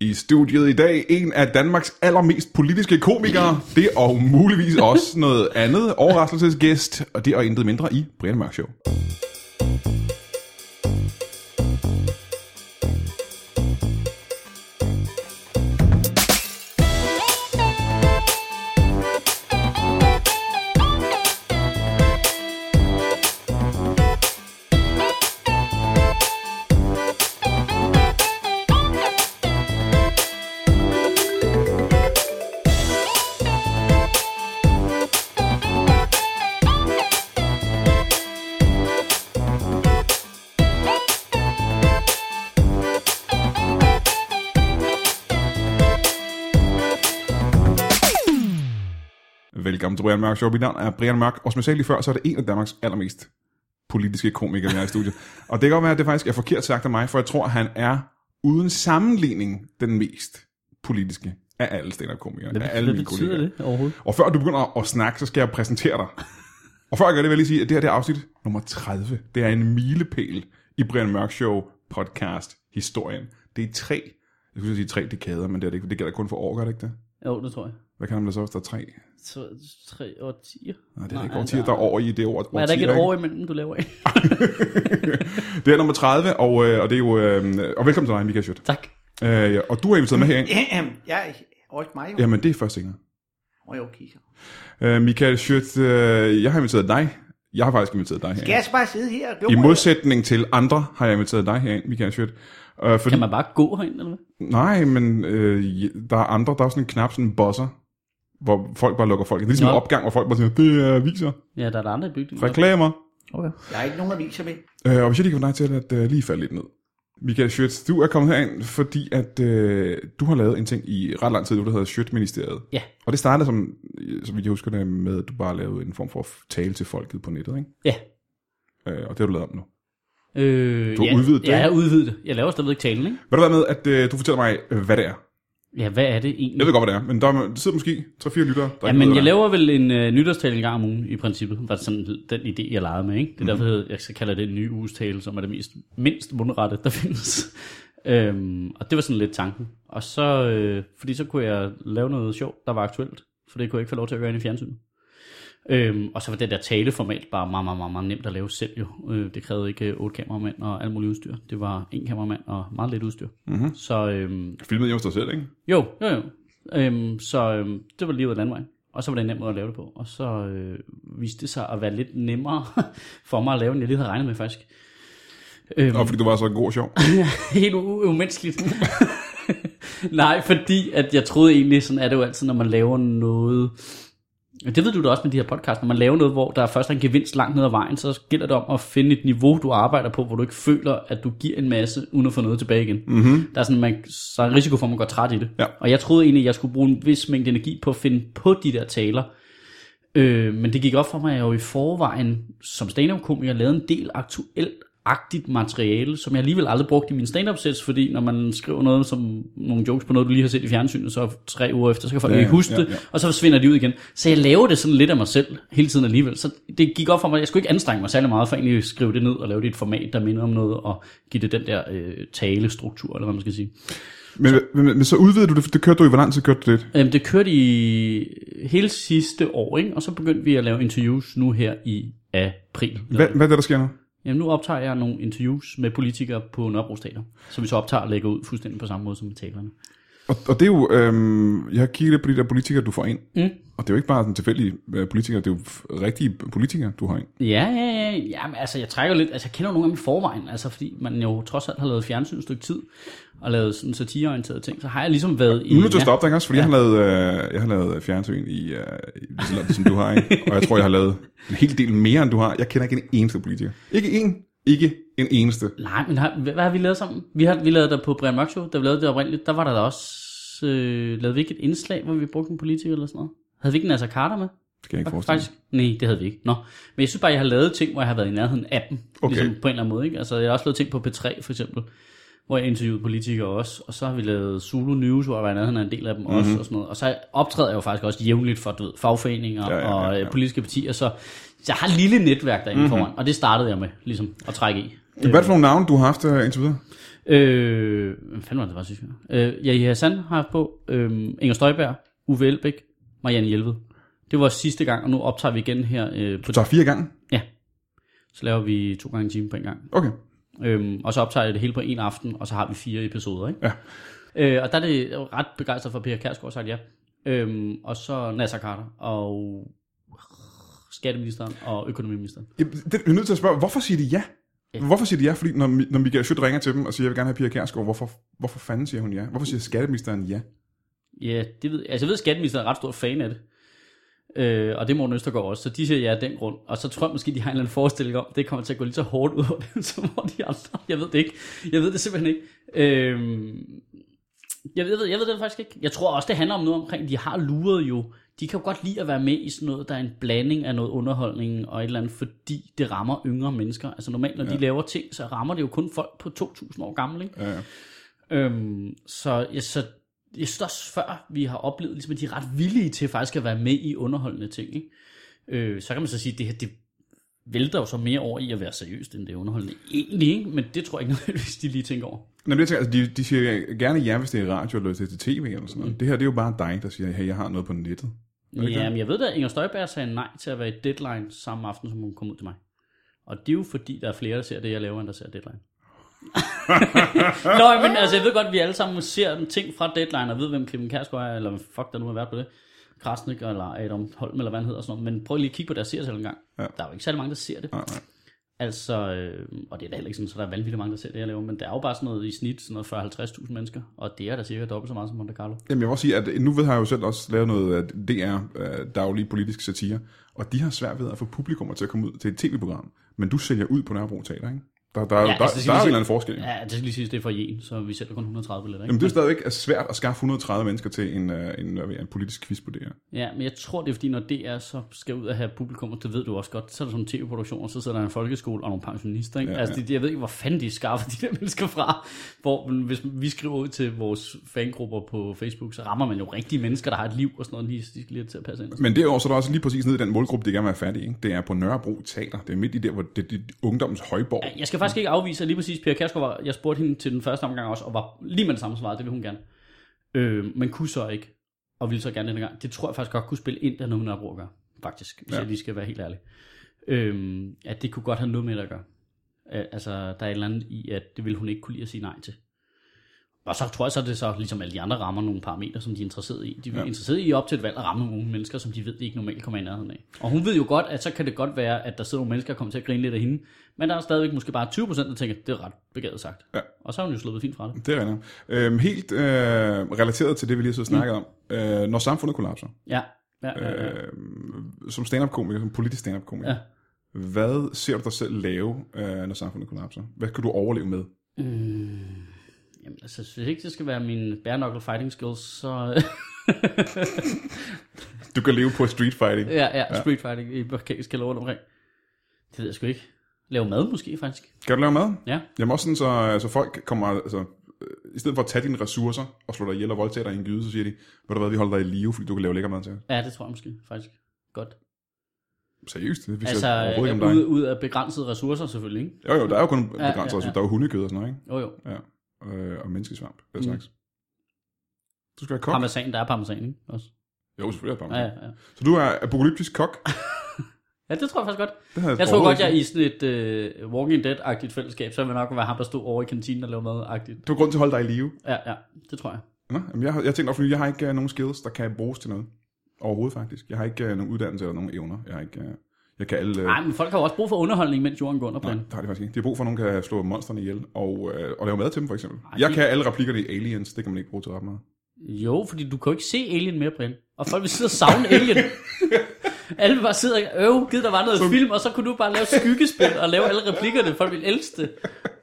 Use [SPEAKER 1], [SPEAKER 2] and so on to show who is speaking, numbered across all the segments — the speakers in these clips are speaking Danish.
[SPEAKER 1] I studiet i dag, en af Danmarks allermest politiske komikere, det og muligvis også noget andet overraskelsesgæst, og det er intet mindre i Brian Mørk Show. Velkommen til Brian Mørk Show. Mit navn er Brian Mørk, og som jeg sagde lige før, så er det en af Danmarks allermest politiske komikere, vi har i studiet. Og det kan godt være, at det faktisk er forkert sagt af mig, for jeg tror, han er uden sammenligning den mest politiske af alle stand-up-komikere.
[SPEAKER 2] Hvad,
[SPEAKER 1] Af
[SPEAKER 2] alle
[SPEAKER 1] alle
[SPEAKER 2] hvad
[SPEAKER 1] mine
[SPEAKER 2] betyder
[SPEAKER 1] kollegaer.
[SPEAKER 2] det overhovedet?
[SPEAKER 1] Og før du begynder at snakke, så skal jeg præsentere dig. Og før jeg gør det, vil jeg lige sige, at det her det er afsnit nummer 30. Det er en milepæl i Brian Mørk Show podcast historien. Det er tre, jeg skulle til at sige tre dekader, men det, er det, ikke, det gælder kun for år, gør det ikke det?
[SPEAKER 2] Jo, det tror jeg.
[SPEAKER 1] Hvad kan man da så, hvis der er tre?
[SPEAKER 2] Så, tre år tier.
[SPEAKER 1] Nej, det er ikke årtier, der er år i det ord.
[SPEAKER 2] Men er der ikke et år imellem, du laver af?
[SPEAKER 1] Det er nummer 30, og, øh, og det er jo... Øh, og velkommen til dig, Michael Schutt.
[SPEAKER 2] tak.
[SPEAKER 1] Øh, og du har inviteret med herind.
[SPEAKER 3] ja, også mig jo. Ja.
[SPEAKER 1] Jamen, det er første gang.
[SPEAKER 3] Og jo kigger.
[SPEAKER 1] Øh, Michael Schutt, øh, jeg har inviteret dig. Jeg har faktisk inviteret dig herind.
[SPEAKER 3] Skal jeg så bare sidde her og
[SPEAKER 1] I
[SPEAKER 3] glemme?
[SPEAKER 1] modsætning til andre har jeg inviteret dig herind, Michael Schutt. Øh, fordi,
[SPEAKER 2] Kan man bare gå herind, eller hvad?
[SPEAKER 1] Nej, men øh, der er andre, der er sådan en knap, sådan en bosser, hvor folk bare lukker folk. ind. Det er ligesom
[SPEAKER 2] Nå.
[SPEAKER 1] en opgang, hvor folk bare siger, det er aviser,
[SPEAKER 2] Ja, der er der andre i bygningen.
[SPEAKER 1] reklamer.
[SPEAKER 2] Okay.
[SPEAKER 3] Jeg har ikke nogen aviser med.
[SPEAKER 1] Øh, og hvis jeg lige kan få dig til at øh, lige falde lidt ned. Michael Schøtz, du er kommet herind, fordi at øh, du har lavet en ting i ret lang tid, nu, der hedder Schøtz-ministeriet.
[SPEAKER 2] Ja.
[SPEAKER 1] Og det startede, som, øh, som jeg husker det, med, at du bare lavede en form for tale til folket på nettet, ikke?
[SPEAKER 2] Ja.
[SPEAKER 1] Øh, og det har du lavet om nu.
[SPEAKER 2] Øh,
[SPEAKER 1] Du har
[SPEAKER 2] ja,
[SPEAKER 1] udvidet det,
[SPEAKER 2] Ja, jeg
[SPEAKER 1] ikke?
[SPEAKER 2] har udvidet det. Jeg laver stadigvæk talen, ikke?
[SPEAKER 1] Vil du være med, at øh, du fortæller mig, øh, hvad det er?
[SPEAKER 2] Ja, hvad er det egentlig?
[SPEAKER 1] Jeg ved godt, hvad det er, men der, er- der sidder måske 3-4 lyttere, der
[SPEAKER 2] Ja,
[SPEAKER 1] ikke ved,
[SPEAKER 2] men
[SPEAKER 1] hvad
[SPEAKER 2] jeg
[SPEAKER 1] det er.
[SPEAKER 2] laver vel en øh, nytårstale en gang om ugen, i princippet. Var sådan den idé, jeg legede med, ikke? Det er derfor, jeg- jeg så kalder det en ny uges tale, som er det mest, mindst mundrette, der findes. øhm, og det var sådan lidt tanken. Og så, øh, fordi så kunne jeg lave noget sjovt, der var aktuelt. For det kunne jeg ikke få lov til at gøre inde i fjernsynet. Øhm, og så var det der taleformat bare meget, meget, meget, meget nemt at lave selv jo. Øh, det krævede ikke øh, otte kameramænd og alt muligt udstyr. Det var en kameramand og meget lidt udstyr. Mm-hmm. Så øhm,
[SPEAKER 1] Filmet hjemme hos dig selv, ikke?
[SPEAKER 2] jo, jo, jo. Øhm, så øhm, det var lige ud af landvejen. Og så var det en nem måde at lave det på. Og så øh, viste det sig at være lidt nemmere for mig at lave, end jeg lige havde regnet med faktisk. Øhm,
[SPEAKER 1] Og fordi du var så god og sjov.
[SPEAKER 2] helt u- umenneskeligt. Nej, fordi at jeg troede egentlig, sådan er det jo altid, når man laver noget... Det ved du da også med de her podcast, når man laver noget, hvor der først er en gevinst langt ned ad vejen, så gælder det om at finde et niveau, du arbejder på, hvor du ikke føler, at du giver en masse, uden at få noget tilbage igen. Mm-hmm. Der er sådan, man, så er en risiko for, at man går træt i det.
[SPEAKER 1] Ja.
[SPEAKER 2] Og jeg troede egentlig, at jeg skulle bruge en vis mængde energi på at finde på de der taler, Øh, men det gik op for mig, at jeg jo i forvejen som stand-up-komiker lavede en del aktuelt agtigt materiale, som jeg alligevel aldrig brugte i mine stand-up sets, fordi når man skriver noget som nogle jokes på noget, du lige har set i fjernsynet, så tre uger efter, så kan folk
[SPEAKER 1] Ja,
[SPEAKER 2] ja, ikke
[SPEAKER 1] ja,
[SPEAKER 2] huske
[SPEAKER 1] ja,
[SPEAKER 2] ja,
[SPEAKER 1] ja.
[SPEAKER 2] det, og så forsvinder de ud igen. Så jeg laver det sådan lidt af mig selv, hele tiden alligevel. Så det gik op for mig, jeg skulle ikke anstrenge mig særlig meget for egentlig at skrive det ned og lave det i et format, der minder om noget, og give det den der øh, talestruktur, eller hvad man skal sige.
[SPEAKER 1] Men, men, men, men så udvidede du det, det kørte du i, hvor lang tid kørte du det?
[SPEAKER 2] Øhm, det kørte i hele sidste år, ikke? og så begyndte vi at lave interviews nu her i april.
[SPEAKER 1] Hvad, hvad er det, der sker nu?
[SPEAKER 2] Jamen, nu optager jeg nogle interviews med politikere på Nørrebro Teater, som vi så optager og lægger ud fuldstændig på samme måde som med talerne.
[SPEAKER 1] Og, og det er jo, øhm, jeg har kigget lidt på de der politikere, du får ind.
[SPEAKER 2] Mm.
[SPEAKER 1] Og det er jo ikke bare sådan tilfældige øh, politikere, det er jo f- rigtige politikere, du har ind.
[SPEAKER 2] Ja, ja, ja. Jamen, altså, jeg trækker lidt. Altså, jeg kender jo nogle af dem i forvejen, altså, fordi man jo trods alt har lavet fjernsyn et stykke tid, og lavet sådan satireorienterede ting, så har jeg ligesom været i...
[SPEAKER 1] Nu er du
[SPEAKER 2] ja.
[SPEAKER 1] stoppe dig også, fordi ja. jeg, har lavet, øh, jeg har lavet fjernsyn i, øh, i lige så lang tid, som du har, ikke? Og jeg tror, jeg har lavet en hel del mere, end du har. Jeg kender ikke en eneste politiker. Ikke en. Ikke en eneste.
[SPEAKER 2] Nej, men har, hvad, hvad har vi lavet sammen? Vi har vi lavede der på Brian Mørk Show, da vi lavede det oprindeligt, der var der da også... Øh, lavede vi ikke et indslag, hvor vi brugte en politiker eller sådan noget? Havde vi ikke Nasser Carter med?
[SPEAKER 1] Det kan jeg ikke forestille mig.
[SPEAKER 2] Faktisk, nej, det havde vi ikke. Nå. Men jeg synes bare, jeg har lavet ting, hvor jeg har været i nærheden af dem.
[SPEAKER 1] Okay.
[SPEAKER 2] Okay. Ligesom på en eller anden måde. Ikke? Altså, jeg har også lavet ting på P3, for eksempel, hvor jeg interviewede politikere også. Og så har vi lavet Zulu News, hvor jeg var i nærheden af en del af dem mm-hmm. også. Og, sådan noget. og så optræder jeg jo faktisk også jævnligt for du ved, fagforeninger ja, ja, ja, ja. Mhm. og øh, politiske partier. Så jeg har et lille netværk derinde mm-hmm. foran, og det startede jeg med ligesom, at trække i.
[SPEAKER 1] Hvad er det for nogle navne, du har haft øh, indtil videre?
[SPEAKER 2] Øh, hvad fanden var det, der var sidste gang? Øh, Yahya Hassan har haft på, øh, Inger Støjberg, Uwe Elbæk, Marianne Hjelved. Det var sidste gang, og nu optager vi igen her. Øh, på,
[SPEAKER 1] Du tager fire gange?
[SPEAKER 2] så laver vi to gange en time på en gang.
[SPEAKER 1] Okay.
[SPEAKER 2] Øhm, og så optager jeg det hele på en aften, og så har vi fire episoder, ikke?
[SPEAKER 1] Ja.
[SPEAKER 2] Øh, og der er det jeg var ret begejstret for, at Per Kærsgaard sagt ja. Øhm, og så Nasser Carter og skatteministeren og økonomiministeren.
[SPEAKER 1] Jamen, det, jeg er nødt til at spørge, hvorfor siger de ja?
[SPEAKER 2] Ja.
[SPEAKER 1] Hvorfor siger de ja? Fordi når, Mi- når Michael Schutt ringer til dem og siger, jeg vil gerne have Pia Kjærsgaard, hvorfor, hvorfor fanden siger hun ja? Hvorfor siger skatteministeren ja?
[SPEAKER 2] Ja, det ved jeg. Altså, jeg ved, at skatteministeren er ret stor fan af det. Øh, og det er Morten Østergaard også, så de siger ja af den grund. Og så tror jeg måske, de har en eller anden forestilling om, at det kommer til at gå lige så hårdt ud over dem, som over de andre. Jeg ved det ikke. Jeg ved det simpelthen ikke. Øh, jeg, ved, jeg, ved, jeg ved det faktisk ikke. Jeg tror også, det handler om noget omkring, de har luret jo. De kan jo godt lide at være med i sådan noget, der er en blanding af noget underholdning og et eller andet, fordi det rammer yngre mennesker. Altså normalt, når ja. de laver ting, så rammer det jo kun folk på 2.000 år gamle, ikke?
[SPEAKER 1] Øh,
[SPEAKER 2] Øhm, så, ja, så jeg synes også før, vi har oplevet, ligesom, at de er ret villige til faktisk at være med i underholdende ting. Ikke? Øh, så kan man så sige, at det her det vælter jo så mere over i at være seriøst, end det er underholdende egentlig. Ikke? Men det tror jeg ikke nødvendigvis, de lige tænker over.
[SPEAKER 1] Nå, men jeg tænker, altså, de, de siger gerne ja, hvis det er radio eller til tv eller sådan noget. Mm. Det her, det er jo bare dig, der siger, hey, jeg har noget på nettet. Er det ikke
[SPEAKER 2] Ja,
[SPEAKER 1] det?
[SPEAKER 2] men jeg ved da, at Inger Støjberg sagde nej til at være i Deadline samme aften, som hun kom ud til mig. Og det er jo fordi, der er flere, der ser det, jeg laver, end der ser Deadline. Nå, men altså, jeg ved godt, at vi alle sammen ser en ting fra Deadline, og ved, hvem Clemen Kærsgaard er, eller hvem fuck, der nu har været på det. Krasnik, eller Adam Holm, eller hvad han hedder, og sådan noget. Men prøv lige at kigge på deres seertal en gang. Ja. Der er jo ikke særlig mange, der ser det.
[SPEAKER 1] Nej, nej.
[SPEAKER 2] Altså, øh, og det er da heller ikke sådan, så der er vanvittigt mange, der ser det, jeg laver, men der er jo bare sådan noget i snit, sådan noget 40-50.000 mennesker, og det er da cirka dobbelt så meget som Monte Carlo.
[SPEAKER 1] Jamen, jeg vil også sige, at nu ved har jeg jo selv også lavet noget øh, DR, øh, daglig politisk satire, og de har svært ved at få publikummer til at komme ud til et tv-program. Men du sælger ud på Nørrebro Teater, ikke? Der, der, ja, der,
[SPEAKER 2] altså, det
[SPEAKER 1] altså,
[SPEAKER 2] skal
[SPEAKER 1] der, der er jo
[SPEAKER 2] vi
[SPEAKER 1] en
[SPEAKER 2] sige-
[SPEAKER 1] eller anden forskel. Ja.
[SPEAKER 2] Ja, det skal lige sige, det er for en, så vi sælger kun 130 billetter, ikke?
[SPEAKER 1] Jamen, det er stadigvæk svært at skaffe 130 mennesker til en, øh, en, øh, en politisk quiz på DR.
[SPEAKER 2] Ja, men jeg tror, det er fordi, når DR så skal ud og have publikum, og det ved du også godt, så er der sådan en tv-produktion, og så sidder der en folkeskole og nogle pensionister. Ikke?
[SPEAKER 1] Ja,
[SPEAKER 2] Ja, altså,
[SPEAKER 1] ja.
[SPEAKER 2] det, jeg ved ikke, hvor fanden de skaffer de der mennesker fra. Hvor, men hvis vi skriver ud til vores fangrupper på Facebook, så rammer man jo rigtige mennesker, der har et liv og sådan noget, lige, de skal lige have til at passe ind.
[SPEAKER 1] Men derudover så er der også lige præcis nede i den målgruppe, de gerne vil have fat i. Ikke? Det er på Nørrebro Teater. Det er midt i der, hvor det, det er ungdommens højborg.
[SPEAKER 2] Jeg skal faktisk ikke afvise, at lige præcis Pia Kærsgaard var, jeg spurgte hende til den første omgang også, og var lige med det samme svaret, det ville hun gerne. Øh, men kunne så ikke, og ville så gerne den gang. Det tror jeg faktisk godt kunne spille ind, der er noget med Nørrebro at gøre, faktisk, hvis
[SPEAKER 1] Ja.
[SPEAKER 2] ja. jeg lige skal være helt ærlig. Øh, at det kunne godt have noget med det at gøre. Øh, altså, der er et eller andet i, at det ville hun ikke kunne lide at sige nej til. Og så tror jeg så, at det så, ligesom alle de andre, rammer nogle parametre, som de er interesseret i. De er
[SPEAKER 1] Ja.
[SPEAKER 2] ja. interesseret i op til et valg at ramme nogle mennesker, som de ved, de ikke normalt kommer i nærheden af. Og hun ved jo godt, at så kan det godt være, at der sidder nogle mennesker og kommer til at grine lidt af hende. Men der er stadigvæk måske bare 20 procent, der tænker, det er ret begavet sagt.
[SPEAKER 1] Ja.
[SPEAKER 2] Og så har hun jo sluppet fint fra det.
[SPEAKER 1] Det er rigtigt. Øhm, helt øh, relateret til det, vi lige så snakket mm. om. Øh, når samfundet kollapser,
[SPEAKER 2] Ja, ja, ja, ja.
[SPEAKER 1] øh, som stand-up-komiker, som politisk stand-up-komiker, ja.
[SPEAKER 2] Ja.
[SPEAKER 1] hvad ser du dig selv lave, øh, når samfundet kollapser? Hvad kan du overleve med?
[SPEAKER 2] Øh. Jamen, altså, hvis ikke det skal være mine bare knuckle fighting skills, så...
[SPEAKER 1] Du kan leve på street fighting. Ja.
[SPEAKER 2] ja, ja, street fighting i parkeringskælder rundt omkring. Det ved jeg sgu ikke. Lave mad måske, faktisk.
[SPEAKER 1] Kan du lave mad?
[SPEAKER 2] Ja.
[SPEAKER 1] Jamen også sådan, så, så folk kommer... Altså, øh, i stedet for at tage dine ressourcer og slå dig ihjel og voldtage dig i en gyde, så siger de, ved du hvad, vi holder dig i live, fordi du kan lave lækker mad til os.
[SPEAKER 2] Ja, det tror jeg måske, faktisk. Godt.
[SPEAKER 1] Seriøst, det vidste altså,
[SPEAKER 2] Altså,
[SPEAKER 1] jeg overhovedet ikke om dig.
[SPEAKER 2] ud, ud af begrænsede ressourcer selvfølgelig, ikke?
[SPEAKER 1] Jo, jo, der er jo kun
[SPEAKER 2] Ja,
[SPEAKER 1] begrænset ja,
[SPEAKER 2] ja,
[SPEAKER 1] ja,
[SPEAKER 2] ja.
[SPEAKER 1] Der er jo hundekød og sådan noget,
[SPEAKER 2] Jo, jo.
[SPEAKER 1] ikke? Øh, og menneskesvamp, den
[SPEAKER 2] Mm.
[SPEAKER 1] slags. Du skal være kok.
[SPEAKER 2] Parmesan, der er parmesan, ikke? Også.
[SPEAKER 1] Jo, selvfølgelig er det
[SPEAKER 2] Ja,
[SPEAKER 1] bare ja.
[SPEAKER 2] ja, ja.
[SPEAKER 1] Så du er apokalyptisk kok?
[SPEAKER 2] ja, det tror jeg faktisk godt.
[SPEAKER 1] Det havde
[SPEAKER 2] Jeg tror
[SPEAKER 1] overhovedet
[SPEAKER 2] godt, jeg er
[SPEAKER 1] ikke-
[SPEAKER 2] i sådan et uh, Walking Dead-agtigt fællesskab, så vil jeg nok være ham, der stod over i kantinen og lavede mad-agtigt.
[SPEAKER 1] Det var grund til at holde dig i live.
[SPEAKER 2] Ja, ja, det tror jeg.
[SPEAKER 1] Nå, jamen jeg, har- jeg tænkte også, fordi jeg har ikke uh, nogen skills, der kan bruges til noget. Overhovedet faktisk. Jeg har ikke uh, nogen uddannelse eller nogen evner. Jeg har ikke... Uh, jeg kan alle... Uh,
[SPEAKER 2] Nej, men folk har jo også brug for underholdning, mens jorden går under på
[SPEAKER 1] nej,
[SPEAKER 2] den.
[SPEAKER 1] det har de faktisk ikke. De har brug for, at nogen kan slå monsterne ihjel og, uh, og lave mad til dem, for eksempel. Nej,
[SPEAKER 2] Nej,
[SPEAKER 1] jeg
[SPEAKER 2] de-
[SPEAKER 1] kan alle replikkerne i Aliens. Det kan man ikke bruge til ret meget.
[SPEAKER 2] Jo, fordi du kan jo ikke se Alien mere, Brian. Og folk vil sidde og savne Alien. alle vil bare sidde og øve, givet der var noget film, og så kunne du bare lave skyggespil og lave alle replikkerne. Folk vil elske det.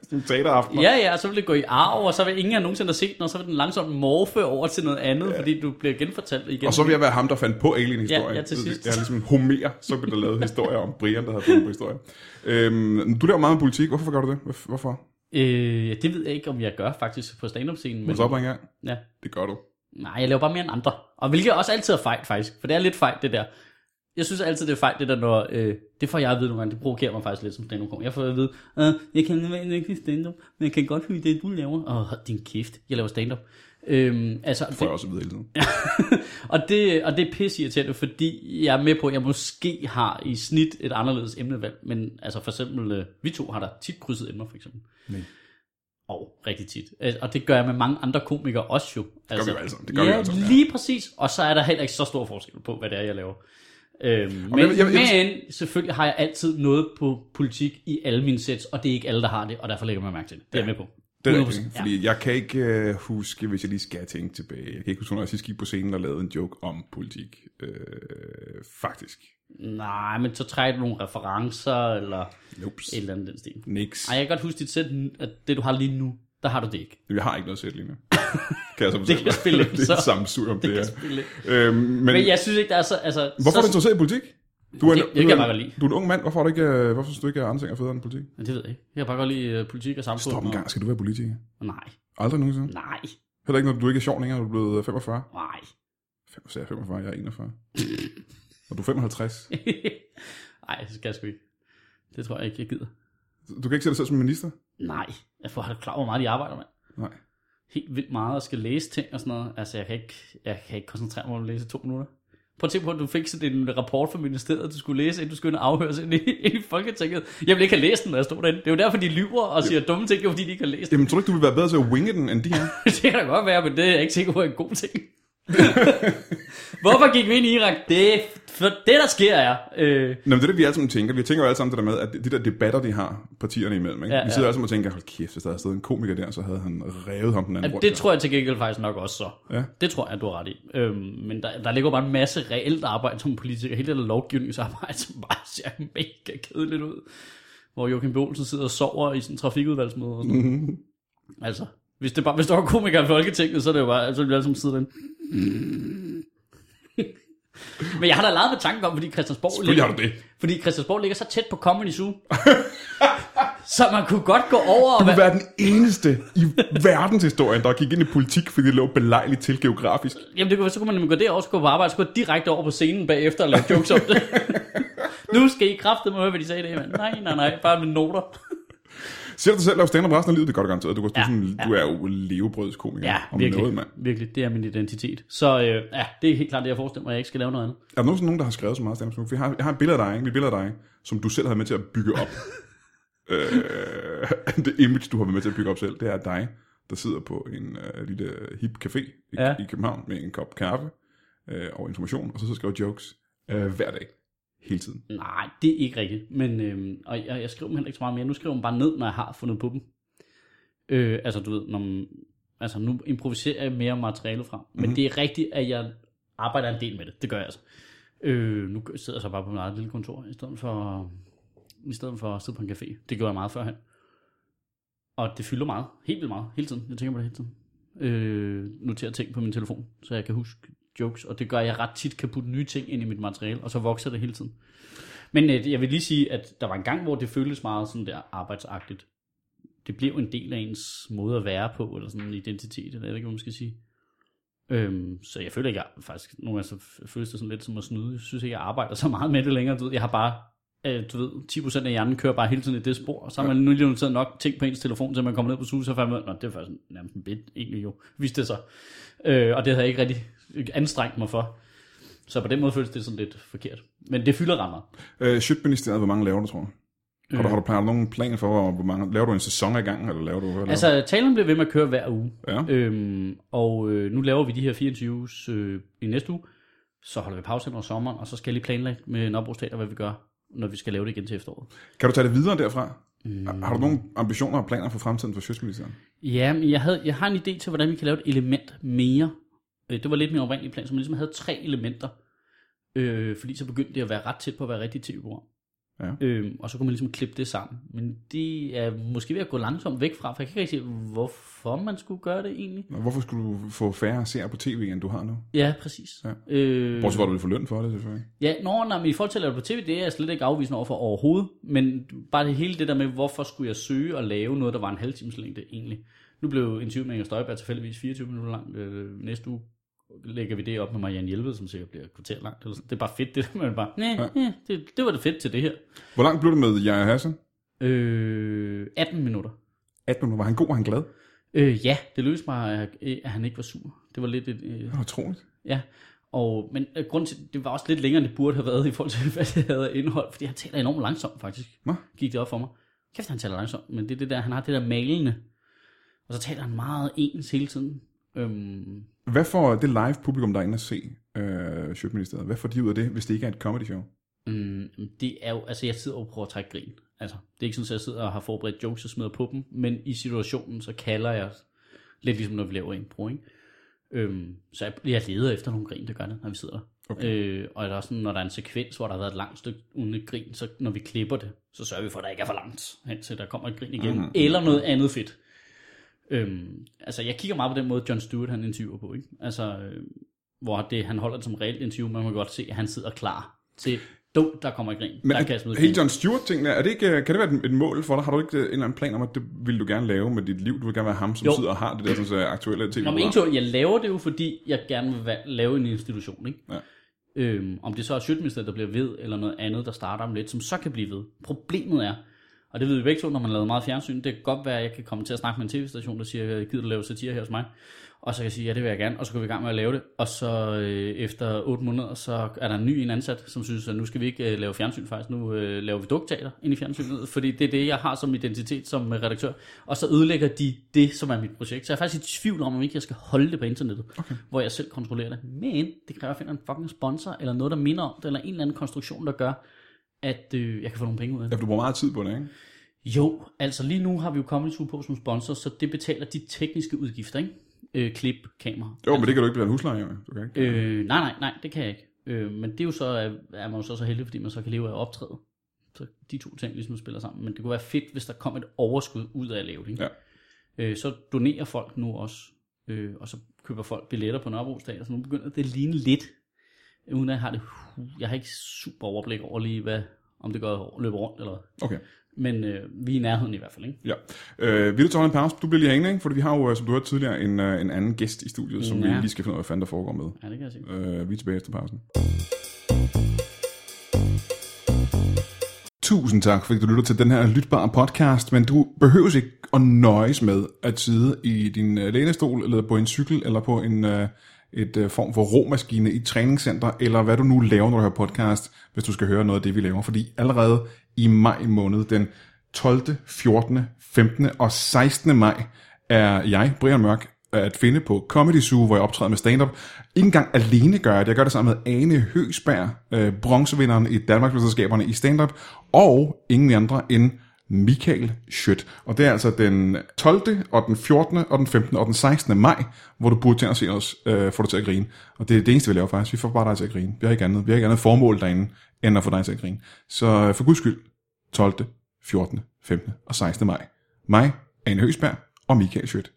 [SPEAKER 1] Sådan en teateraften.
[SPEAKER 2] Ja, ja, og så vil det gå i arv, og så vil ingen af jer nogensinde have set den, og så vil den langsomt morfe over til noget andet, ja. fordi du bliver genfortalt igen.
[SPEAKER 1] Og så vil jeg være ham, der fandt på Alien-historien.
[SPEAKER 2] Ja, ja, til sidst.
[SPEAKER 1] Jeg er ligesom Homer, så blev der lavet historier om Brian, der havde fundet på historien. Øhm, du laver meget om politik. Hvorfor gør du det? Hvor- Hvorfor?
[SPEAKER 2] Øh, ja, det ved jeg ikke, om jeg gør faktisk på stand-up-scenen.
[SPEAKER 1] Må
[SPEAKER 2] Men...
[SPEAKER 1] du op en gang?
[SPEAKER 2] Ja.
[SPEAKER 1] Det gør du.
[SPEAKER 2] Nej, jeg laver bare mere end andre. Og hvilket også altid er fejl, faktisk. For det er lidt fejl, det der. jeg synes altid, det er fejl, det der, når... Øh, det får jeg at vide nogle gange. Det provokerer mig faktisk lidt som stand Jeg får at vide, øh, jeg kan normalt ikke lide stand-up, men jeg kan godt lide det, du laver. Åh, din kæft, jeg laver stand-up. Øhm, altså,
[SPEAKER 1] Får jeg også at vide hele tiden.
[SPEAKER 2] og, det, og det er pisse irriterende, fordi jeg er med på, at jeg måske har i snit et anderledes emnevalg, men altså for eksempel, øh, vi to har da tit krydset emner, for eksempel.
[SPEAKER 1] Nej.
[SPEAKER 2] Og rigtig tit. Øh, Og det gør jeg med mange andre komikere også jo. Det
[SPEAKER 1] vi jo alle sammen. Det gør vi
[SPEAKER 2] ja,
[SPEAKER 1] jo alle sammen, ja.
[SPEAKER 2] lige præcis. Og så er der heller ikke så stor forskel på, hvad det er, jeg laver. Øhm, men,
[SPEAKER 1] jeg- jeg- jeg-
[SPEAKER 2] men selvfølgelig har jeg altid noget på politik i alle mine sets, og det er ikke alle, der har det, og derfor lægger man mærke til det. Det er jeg med på.
[SPEAKER 1] Det er
[SPEAKER 2] 100%.
[SPEAKER 1] rigtigt, fordi jeg kan ikke øh, huske, hvis jeg lige skal tænke tilbage, jeg kan ikke huske, når jeg sidst gik på scenen og lavede en joke om politik, øh, faktisk.
[SPEAKER 2] Nej, men så trækker du nogle referencer, eller
[SPEAKER 1] Nope.
[SPEAKER 2] et eller andet i den stil.
[SPEAKER 1] Niks.
[SPEAKER 2] Ej, jeg kan godt huske dit sæt, at det du har lige nu, der har du det ikke.
[SPEAKER 1] Jeg har ikke noget sæt lige nu. Kan jeg så fortælle
[SPEAKER 2] kan jeg spille ind,
[SPEAKER 1] dig. Det er
[SPEAKER 2] så.
[SPEAKER 1] samme sur om det,
[SPEAKER 2] Jeg
[SPEAKER 1] det
[SPEAKER 2] spiller ikke.
[SPEAKER 1] er. Øhm, men,
[SPEAKER 2] Men jeg synes ikke, der er så... Altså,
[SPEAKER 1] hvorfor er du
[SPEAKER 2] så,
[SPEAKER 1] interesseret i politik? Du er, en-
[SPEAKER 2] Det- det kan
[SPEAKER 1] du,
[SPEAKER 2] jeg
[SPEAKER 1] er,
[SPEAKER 2] bare godt lide.
[SPEAKER 1] en- du er en ung mand, hvorfor, er du ikke, øh, hvorfor synes du ikke, at andre ting er federe end politik?
[SPEAKER 2] Men Det ved jeg ikke. Jeg kan bare godt lide øh, politik og samfund.
[SPEAKER 1] Stop en
[SPEAKER 2] og-
[SPEAKER 1] gang, skal du være politiker?
[SPEAKER 2] Nej,
[SPEAKER 1] Aldrig nogensinde.
[SPEAKER 2] nej,
[SPEAKER 1] Heller ikke, når du ikke er sjov længere, når du er blevet 45.
[SPEAKER 2] nej.
[SPEAKER 1] Fem- Så er jeg 45, jeg er 41. Og du er 55.
[SPEAKER 2] Nej, det skal jeg sgu ikke. Det tror jeg ikke, jeg gider.
[SPEAKER 1] Du kan ikke se dig selv som minister?
[SPEAKER 2] Nej, jeg får da klar, hvor meget de arbejder med.
[SPEAKER 1] Nej.
[SPEAKER 2] Helt vildt meget og skal læse ting og sådan noget. Altså, jeg kan ikke, jeg kan ikke koncentrere mig om at læse i to minutter. Prøv at tænke på, at du fik sådan en rapport fra ministeriet, du skulle læse, inden du skulle ind og afhøres ind i, ind i Folketinget. Jeg ville ikke have læst den, når jeg stod derinde. Det er jo derfor, de lyver og siger dumme ting, det er jo fordi de ikke har læst den.
[SPEAKER 1] Jamen, tror du ikke, du vil være bedre til at winge den, end de her?
[SPEAKER 2] Det kan da godt være, men det er jeg ikke sikker på er en god ting. Hvorfor gik vi ind i Irak? Det, er- for det der sker er... Øh,
[SPEAKER 1] Nå, men det er det, vi alle sammen tænker. Vi tænker jo alle sammen det der med, at de der debatter, de har partierne imellem. Ikke?
[SPEAKER 2] Ja,
[SPEAKER 1] Ja, vi sidder
[SPEAKER 2] ja.
[SPEAKER 1] alle sammen og tænker, hold kæft, hvis der havde stået en komiker der, så havde han revet ham den anden
[SPEAKER 2] det tror jeg til gengæld faktisk nok også så.
[SPEAKER 1] Ja.
[SPEAKER 2] Det tror jeg, du har ret i. Øhm, men der, der ligger jo bare en masse reelt arbejde som politiker. Hele det der lovgivningsarbejde, som bare ser mega kedeligt ud. Hvor Joachim B. Olsen sidder og sover i sådan en trafikudvalgsmøde. Og sådan. noget.
[SPEAKER 1] Mhm.
[SPEAKER 2] Altså, hvis, det bare, hvis der var komikere i Folketinget, så er det jo bare, altså, vi alle sammen sidder derinde. Men jeg har da leget med tanken om, fordi Christiansborg,
[SPEAKER 1] Selvfølgelig har du det.
[SPEAKER 2] fordi Christiansborg ligger så tæt på Comedy Zoo, så man kunne godt gå over og
[SPEAKER 1] Du vil
[SPEAKER 2] være...
[SPEAKER 1] være den eneste i verdenshistorien, der gik ind i politik, fordi det lå belejligt til geografisk.
[SPEAKER 2] Jamen, det kunne, så kunne man nemlig gå derover, så kunne man på arbejde, så kunne man direkte over på scenen bagefter og lave jokes om det. nu skal I kraftedeme høre, hvad de sagde i dag, mand. Nej, nej, nej, bare med noter.
[SPEAKER 1] Ser du dig selv lave stand-up resten af livet? Det gør du garanteret. Du, du, ja,
[SPEAKER 2] Ja,
[SPEAKER 1] sådan, du er jo levebrødskomiker.
[SPEAKER 2] Ja,
[SPEAKER 1] om
[SPEAKER 2] virkelig.
[SPEAKER 1] Noget, mand.
[SPEAKER 2] virkelig, det er min identitet. Så øh, ja, det er helt klart det, jeg forestiller mig, at jeg ikke skal lave noget andet.
[SPEAKER 1] Er der nogensinde nogen, der har skrevet så meget stand-up? som du? Vi har, jeg har et billede af dig, ikke? Mit billede af dig, som du selv havde med til at bygge op. øh, det image, du har været med til at bygge op selv, det er dig, der sidder på en øh, lille hip café i, ja.
[SPEAKER 2] Ja.
[SPEAKER 1] i København med en kop kaffe øh, og information, og så, så skriver jokes øh, hver dag. Hele tiden.
[SPEAKER 2] Nej, det er ikke rigtigt. Men, øh, og jeg, jeg skriver dem heller ikke så meget mere. Nu skriver jeg dem bare ned, når jeg har fundet på dem. Øh, altså, du ved, når man, altså, nu improviserer jeg mere materiale frem. Men mm-hmm. det er rigtigt, at jeg arbejder en del med det. Det gør jeg altså. Øh, nu sidder jeg så bare på mit eget lille kontor, i stedet for, i stedet for at sidde på en café. Det gjorde jeg meget førhen. Og det fylder meget. Helt vildt meget. Hele tiden. Jeg tænker på det hele tiden. Øh, noterer ting på min telefon, så jeg kan huske jokes. Og det gør, at jeg ret tit kan putte nye ting ind i mit materiale, og så vokser det hele tiden. Men øh, jeg vil lige sige, at der var en gang, hvor det føltes meget sådan der arbejdsagtigt. Det blev en del af ens måde at være på, eller sådan en identitet, eller jeg ved ikke, hvad man skal sige. Øhm, så jeg føler ikke, jeg faktisk nogle gange så f- føles det sådan lidt som at snyde. Jeg synes ikke, jeg arbejder så meget med det længere. Du ved, jeg har bare, øh, du ved, 10% af hjernen kører bare hele tiden i det spor, og så har man nu lige noteret nok ting på ens telefon, så man kommer ned på sus, og fandt man, "Nå, det er faktisk nærmest en bit, egentlig jo, viste det sig. Øh, og det havde jeg ikke rigtig anstrengt mig for. Så på den måde føles det sådan lidt forkert. Men det fylder ret meget.
[SPEAKER 1] Øh, Shitministeriet, hvor mange laver du, tror du? Har du,
[SPEAKER 2] Øh.
[SPEAKER 1] har du planer, nogen planer for, hvor- hvor mange... Laver du en sæson ad gangen, eller laver du... Hvad laver
[SPEAKER 2] Altså, talen bliver ved med at køre hver uge.
[SPEAKER 1] du? Ja.
[SPEAKER 2] Øhm, og øh, nu laver vi de her 24 uges øh, i næste uge. Så holder vi pause hen over sommeren, og så skal jeg lige planlægge med Nørrebro Teater, hvad vi gør, når vi skal lave det igen til efteråret.
[SPEAKER 1] Kan du tage det videre derfra? Mm. Har,
[SPEAKER 2] Øh.
[SPEAKER 1] har du nogle ambitioner og planer for fremtiden for Sjøsministeriet?
[SPEAKER 2] Ja, men jeg, havde, jeg har en idé til, hvordan vi kan lave et element mere. Øh, Det var lidt min oprindelige plan, som ligesom havde tre elementer. Øh, fordi så begyndte det at være ret tæt på at være rigtigt tv-program.
[SPEAKER 1] Ja.
[SPEAKER 2] Øh, og så kunne man ligesom klippe det sammen. Men det er måske ved at gå langsomt væk fra, for jeg kan ikke rigtig se, hvorfor man skulle gøre det egentlig.
[SPEAKER 1] Og Hvorfor skulle du få færre seere på tv, end du har nu?
[SPEAKER 2] Ja, præcis.
[SPEAKER 1] Ja.
[SPEAKER 2] Øh,
[SPEAKER 1] Bortset fra, at du vil få løn for det, selvfølgelig.
[SPEAKER 2] Ja, nå, nej, men i forhold til at lave det på tv, det er jeg slet ikke afvisende overfor overhovedet, men bare det hele det der med, hvorfor skulle jeg søge at lave noget, der var en halv times længde egentlig. Nu blev interviewet med Inger Støjberg tilfældigvis 24 minutter lang øh, næste uge, lægger vi det op med Marianne Hjelved, som sikkert bliver et kvarter langt. Eller sådan. Det er bare fedt, det der man bare, nej, ja. det, det var det fedt til det her.
[SPEAKER 1] Hvor langt blev det med Jaja Hassan?
[SPEAKER 2] Øh, 18 minutter.
[SPEAKER 1] 18 minutter. Var han god? Var han glad?
[SPEAKER 2] Øh, ja, det lykkedes mig, at, at han ikke var sur. Det var lidt et, øh,
[SPEAKER 1] Det var utroligt.
[SPEAKER 2] Ja, og, men øh, grund til, det var også lidt længere, end det burde have været i forhold til, hvad det havde af indhold, fordi han taler enormt langsomt, faktisk.
[SPEAKER 1] Nå.
[SPEAKER 2] Gik det op for mig. Kæft, han taler langsomt, men det er det der, han har det der malende, og så taler han meget ens hele tiden. Øhm,
[SPEAKER 1] Hvad får det live publikum, der er inde at se øh, Sjøtministeriet, hvad får de ud af det, hvis det ikke er et comedy show?
[SPEAKER 2] mm, det er jo, altså jeg sidder jo og prøver at trække grin. Altså, det er ikke sådan, at jeg sidder og har forberedt jokes og smider på dem, men i situationen, så kalder jeg, lidt ligesom når vi laver impro, ikke? Øhm, så jeg, jeg leder efter nogle grin, der gør det, når vi sidder der. Okay. Øh, og der er sådan, når der er en sekvens, hvor der har været et langt stykke uden et grin, så når vi klipper det, så sørger vi for, at der ikke er for langt, hen til der kommer et grin igen. Mm-hmm. Eller noget andet fedt. Øhm, altså, jeg kigger meget på den måde, John Stewart han interviewer på, ikke? Altså, øh, hvor det, han holder det som reelt interview, men man kan godt se, at han sidder klar til, dum, der kommer et grin,
[SPEAKER 1] Men
[SPEAKER 2] der kan jeg smide
[SPEAKER 1] er,
[SPEAKER 2] et
[SPEAKER 1] hele
[SPEAKER 2] grin.
[SPEAKER 1] John Stewart-tingene, er det ikke, øh, kan det være et, et mål for dig? Har du ikke øh, en eller anden plan om, at det vil du gerne lave med dit liv? Du vil gerne være ham, som jo.
[SPEAKER 2] Jo.
[SPEAKER 1] sidder og har det der sådan, så aktuelle tv
[SPEAKER 2] Nå, men
[SPEAKER 1] program.
[SPEAKER 2] ikke så, jeg laver det jo, fordi jeg gerne vil va- lave en institution, ikke?
[SPEAKER 1] Ja.
[SPEAKER 2] Øhm, om det så er Sjøtministeriet, der bliver ved, eller noget andet, der starter om lidt, som så kan blive ved. Problemet er, og det ved vi begge to, når man laver meget fjernsyn, det kan godt være, at jeg kan komme til at snakke med en tv-station, der siger, gider du lave satire her hos mig? Og så kan jeg sige, ja, det vil jeg gerne, og så går vi i gang med at lave det. Og så øh, efter 8 måneder, så er der en ny en ansat, som synes, at nu skal vi ikke øh, lave fjernsyn faktisk, nu øh, laver vi dugtater ind i fjernsynet, fordi det er det, jeg har som identitet som øh, redaktør. Og så ødelægger de det, som er mit projekt. Så jeg er faktisk i tvivl om, om ikke jeg skal holde det på internettet, okay. hvor jeg selv kontrollerer det. Men det kræver, at jeg finder en fucking sponsor, eller noget, der minder om det, eller en eller anden konstruktion, der gør, at øh, jeg kan få nogle penge ud af
[SPEAKER 1] Ja,
[SPEAKER 2] det.
[SPEAKER 1] for du bruger meget tid på det, ikke?
[SPEAKER 2] Jo, altså lige nu har vi jo Comedy Zoo på som sponsor, så det betaler de tekniske udgifter, ikke? Øh, klip, kamera.
[SPEAKER 1] Jo, men det kan du ikke blive en husleje, jo. du kan ikke.
[SPEAKER 2] Øh, nej, nej, nej, det kan jeg ikke. Øh, men det er jo så, øh, er man jo så så heldig, fordi man så kan leve af at optræde. Så de to ting ligesom spiller sammen. Men det kunne være fedt, hvis der kom et overskud ud af at lave det. Ikke?
[SPEAKER 1] Ja.
[SPEAKER 2] Øh, så donerer folk nu også, øh, og så køber folk billetter på Nørrebrogsdag, og så nu begynder det at ligne lidt, uden at jeg har det. Jeg har ikke super overblik over lige, hvad, om det går løber rundt eller hvad.
[SPEAKER 1] Okay.
[SPEAKER 2] Men øh, vi er i nærheden i hvert fald, ikke?
[SPEAKER 1] Ja. Øh, vil du tage en pause? Du bliver lige hængende, ikke? Fordi vi har jo, øh, som du hørte tidligere, en, øh, en anden gæst i studiet, som vi
[SPEAKER 2] Ja.
[SPEAKER 1] lige skal finde ud af, hvad fanden der foregår med.
[SPEAKER 2] Ja, det kan jeg se.
[SPEAKER 1] Øh, vi er tilbage efter pausen. Tusind tak, fordi du lytter til den her lytbare podcast, men du behøves ikke at nøjes med at sidde i din øh, lænestol, eller på en cykel, eller på en øh, et øh, form for romaskine i et træningscenter, eller hvad du nu laver, når du hører podcast, hvis du skal høre noget af det, vi laver. Fordi allerede i maj måned, den 12., 14., 15. og 16. maj, er jeg, Brian Mørk, at finde på Comedy Zoo, hvor jeg optræder med stand-up. Ikke engang alene gør jeg det. Jeg gør det sammen med Ane Høgsberg, øh, bronzevinderen i Danmarksmesterskaberne i stand-up, og ingen andre end Michael Schødt. Og det er altså den 12., og den 14., og den 15. og den 16. maj, hvor du burde tænke at se os, øh, får du til at grine. Og det er det eneste, vi laver faktisk. Vi får bare dig til at grine. Vi har ikke andet, vi har ikke andet formål derinde, end at få dig til at grine. Så øh, for guds skyld, 12., 14., 15. og 16. maj. Mig, Ane Høgsberg og Michael Schødt.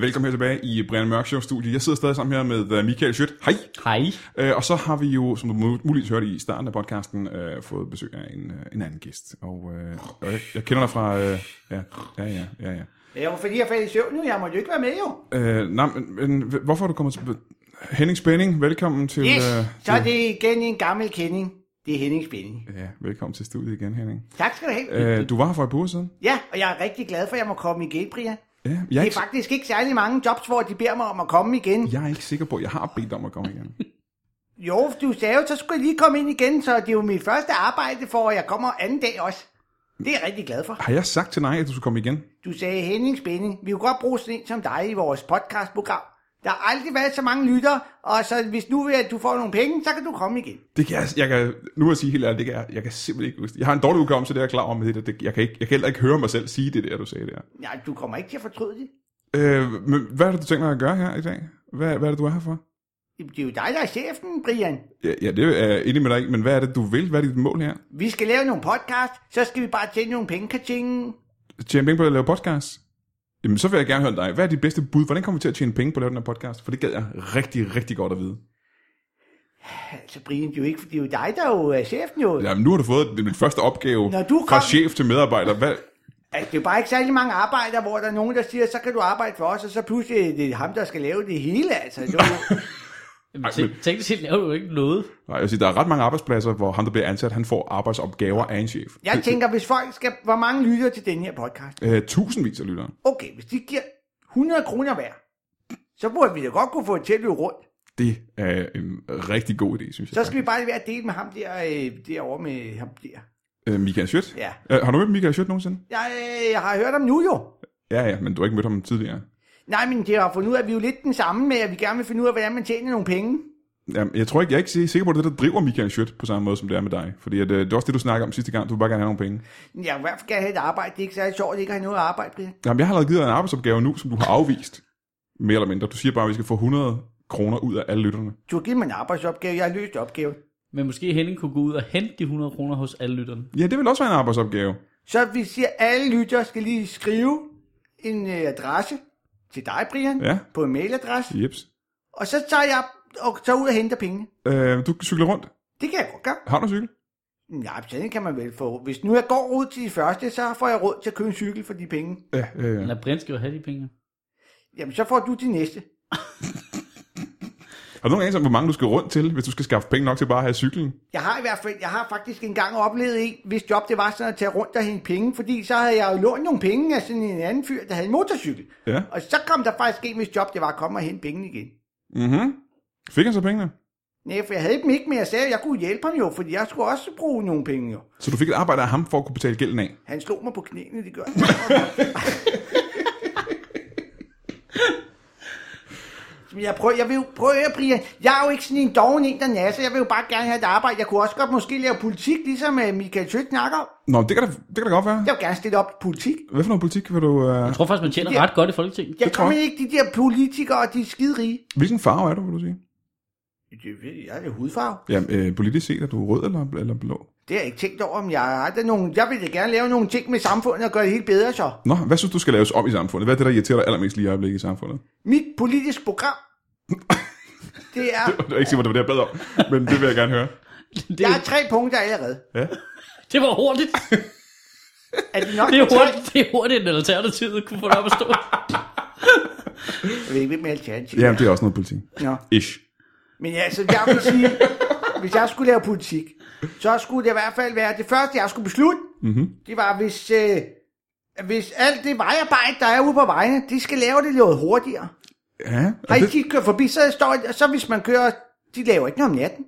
[SPEAKER 1] Velkommen her tilbage i Brian Mørk Show studie. Jeg sidder stadig sammen her med øh, Michael Schødt. Hej!
[SPEAKER 2] Hej.
[SPEAKER 1] Øh, Og så har vi jo, som du mul- muligvis hørte i starten af podcasten, øh, fået besøg af en, øh, en anden gæst. Og, øh, og jeg, jeg kender dig fra... Øh, ja, ja, ja, ja. ja.
[SPEAKER 3] Jeg må finde her fat i søvn, jo. jeg må jo ikke være med jo.
[SPEAKER 1] Øh, nej, men, men h- hvorfor er du kommet til... Henning Spænding, velkommen til...
[SPEAKER 3] Yes,
[SPEAKER 1] øh,
[SPEAKER 3] så er det igen en gammel kending. Det er Henning Spænding.
[SPEAKER 1] Ja, velkommen til studiet igen, Henning.
[SPEAKER 3] Tak skal du have.
[SPEAKER 1] Øh, du var her for et par uger siden.
[SPEAKER 3] Ja, og jeg er rigtig glad for, at jeg må komme igen, Brian.
[SPEAKER 1] Ja, jeg, er
[SPEAKER 3] Det
[SPEAKER 1] ikke,
[SPEAKER 3] er faktisk ikke særlig mange jobs, hvor de beder mig om at komme igen.
[SPEAKER 1] jeg er ikke sikker på, at jeg har bedt dig om at komme igen.
[SPEAKER 3] Jo, du sagde jo, så skulle jeg lige komme ind igen, så det er jo mit første arbejde for, og jeg kommer anden dag også. Det er jeg rigtig glad for.
[SPEAKER 1] Har jeg sagt til dig, at du skulle komme igen?
[SPEAKER 3] Du sagde, Henning Spænding, vi kunne godt bruge sådan en som dig i vores podcastprogram. Der har aldrig været så mange lytter, og så hvis nu vil, at du får nogle penge, så kan du komme igen.
[SPEAKER 1] Det kan jeg, jeg kan, nu må jeg sige helt ærligt, det kan jeg, jeg kan simpelthen ikke huske. det. Jeg har en dårlig udkommelse, det er jeg klar over med det, der. det jeg, kan ikke, jeg kan heller ikke høre mig selv sige det der, du sagde der.
[SPEAKER 3] Nej, du kommer ikke til at fortryde det.
[SPEAKER 1] Øh, men hvad er det, du tænker dig at gøre her i dag? Hvad, hvad er det, du er her for?
[SPEAKER 3] Det er jo dig, der er chefen, Brian.
[SPEAKER 1] Ja, ja det er jeg enig med dig ikke, men hvad er det, du vil? Hvad er dit mål her?
[SPEAKER 3] Vi skal lave nogle podcast, så skal vi bare tjene nogle penge, kaching.
[SPEAKER 1] Tjene penge på at lave podcast? Jamen, så vil jeg gerne høre dig. Hvad er dit bedste bud? Hvordan kommer vi til at tjene penge på at lave den her podcast? For det gad jeg rigtig, rigtig godt at vide.
[SPEAKER 3] Altså, Brian, det er jo, ikke, det er jo dig, der jo er chefen jo.
[SPEAKER 1] Jamen, nu har du fået min første opgave
[SPEAKER 3] Når du
[SPEAKER 1] fra
[SPEAKER 3] kom-
[SPEAKER 1] chef til medarbejder. Hvad,
[SPEAKER 3] Altså, det er bare ikke særlig mange arbejder, hvor der er nogen, der siger, så kan du arbejde for os, og så pludselig er det ham, der skal lave det hele. Altså, det var,
[SPEAKER 2] Jamen, te- teknisk set laver du jo ikke noget.
[SPEAKER 1] Nej, jeg vil sige, der er ret mange arbejdspladser, hvor ham, der bliver ansat, han får arbejdsopgaver af en chef.
[SPEAKER 3] jeg tænker, hvis folk skal... Hvor mange lytter til den her podcast?
[SPEAKER 1] Øh, tusindvis af lyttere.
[SPEAKER 3] Okay, hvis de giver 100 kroner hver, så burde vi da godt kunne få det til at løbe rundt.
[SPEAKER 1] Det er en rigtig god idé, synes jeg.
[SPEAKER 3] Så skal vi bare lige være at dele med ham der, øh, derovre med ham der.
[SPEAKER 1] Øh, Michael Schødt?
[SPEAKER 3] Ja.
[SPEAKER 1] Øh, har du mødt Michael Schødt nogensinde?
[SPEAKER 3] Jeg, øh, jeg har hørt om nu jo.
[SPEAKER 1] Ja, ja, men du har ikke mødt ham tidligere.
[SPEAKER 3] Nej, men det har fundet ud af, at vi er jo lidt den samme med, at vi gerne vil finde ud af, hvordan man tjener nogle penge.
[SPEAKER 1] Jamen, jeg tror ikke, jeg er ikke si- sikker på, at det er det, der driver Michael Schødt på samme måde, som det er med dig. Fordi at, øh, det er også det, du snakker om sidste gang. Du vil bare gerne have nogle penge.
[SPEAKER 3] Jeg vil i hvert fald gerne have et arbejde. Det er ikke særlig sjovt, at ikke have noget at arbejde med.
[SPEAKER 1] Jamen, jeg har allerede givet dig en arbejdsopgave nu, som du har afvist. Mere eller mindre. Du siger bare, at vi skal få 100 kroner ud af alle lytterne.
[SPEAKER 3] Du har givet mig en arbejdsopgave. Jeg har løst opgaven.
[SPEAKER 2] Men måske Henning kunne gå ud og hente de 100 kroner hos alle lytterne.
[SPEAKER 1] Ja, det vil også være en arbejdsopgave.
[SPEAKER 3] Så vi siger, at alle lyttere skal lige skrive en øh, adresse til dig, Brian,
[SPEAKER 1] Ja.
[SPEAKER 3] på en mailadresse.
[SPEAKER 1] Jeps.
[SPEAKER 3] Og så tager jeg og tager ud og henter pengene.
[SPEAKER 1] Øh, du cykler rundt.
[SPEAKER 3] Det kan jeg godt gøre.
[SPEAKER 1] Har du en cykel?
[SPEAKER 3] Nej, Mm, men sådan kan man vel få. Hvis nu jeg går ud til de første, så får jeg råd til at købe en cykel for de penge.
[SPEAKER 1] Ja, øh,
[SPEAKER 3] Mm.
[SPEAKER 2] Eller Brian skal jo have de penge.
[SPEAKER 3] Jamen, så får du de næste.
[SPEAKER 1] Har du nogen anelse om, hvor mange du skal rundt til, hvis du skal skaffe penge nok til bare at have cyklen?
[SPEAKER 3] Jeg har i hvert fald, jeg har faktisk engang oplevet en, hvis job det var sådan at tage rundt og hente penge, fordi så havde jeg jo lånt nogle penge af sådan en anden fyr, der havde en motorcykel.
[SPEAKER 1] Ja.
[SPEAKER 3] Og så kom der faktisk en, hvis job det var at komme og hente pengene igen.
[SPEAKER 1] Mhm. Fik han så pengene?
[SPEAKER 3] Nej, for jeg havde dem ikke, men jeg sagde, at jeg kunne hjælpe ham jo, fordi jeg skulle også bruge nogle penge jo.
[SPEAKER 1] Så du fik et arbejde af ham for at kunne betale gælden af?
[SPEAKER 3] Han slog mig på knæene, det gør han. Men jeg prøver, jeg vil jo, prøv at høre, Brian. Jeg er jo ikke sådan en doven en, der nasser. Jeg vil jo bare gerne have et arbejde. Jeg kunne også godt måske lave politik, ligesom øh, Michael Tøt snakker om.
[SPEAKER 1] Nå, det kan da, det kan da godt være.
[SPEAKER 3] Jeg vil gerne stille op i politik.
[SPEAKER 1] Hvad for noget politik vil du... Øh...
[SPEAKER 2] Jeg tror faktisk, man tjener
[SPEAKER 3] Ja.
[SPEAKER 2] ret godt i Folketinget.
[SPEAKER 3] Jeg
[SPEAKER 1] tror
[SPEAKER 3] kommer
[SPEAKER 1] jeg.
[SPEAKER 3] ikke de der politikere, de er skide rige.
[SPEAKER 1] Hvilken farve er du, vil du sige?
[SPEAKER 3] Det ved jeg, det er hudfarve.
[SPEAKER 1] Ja, øh, politisk set, er du rød eller, eller blå?
[SPEAKER 3] Det har jeg ikke tænkt over, om jeg har der nogen... Jeg vil da gerne lave nogle ting med samfundet og gøre det helt bedre så.
[SPEAKER 1] Nå, hvad synes du skal laves om i samfundet? Hvad er det, der irriterer dig allermest lige i øjeblikket i samfundet?
[SPEAKER 3] Mit politiske program, det er...
[SPEAKER 1] Jeg er ikke sikker, på, det var det, jeg bad om, men det vil jeg gerne høre.
[SPEAKER 2] Det,
[SPEAKER 3] Der er tre punkter allerede.
[SPEAKER 1] Ja.
[SPEAKER 2] det var hurtigt.
[SPEAKER 3] Er det nok
[SPEAKER 2] Det er
[SPEAKER 3] med tre?
[SPEAKER 2] hurtigt, det er hurtigt end alternativet kunne få det op at stå.
[SPEAKER 3] Jeg ved ikke, hvem alternativ
[SPEAKER 1] Jamen, det er også noget politik.
[SPEAKER 3] Nå.
[SPEAKER 1] Ish.
[SPEAKER 3] Men altså, jeg vil sige, hvis jeg skulle lave politik, så skulle det i hvert fald være, det første, jeg skulle beslutte,
[SPEAKER 1] Mhm.
[SPEAKER 3] mm-hmm. det var, hvis, øh, hvis alt det vejarbejde, der er ude på vejene, de skal lave det noget hurtigere.
[SPEAKER 1] Ja, og
[SPEAKER 3] Har I
[SPEAKER 1] det...
[SPEAKER 3] ikke kørt forbi, så står og så hvis man kører, de laver ikke noget om natten.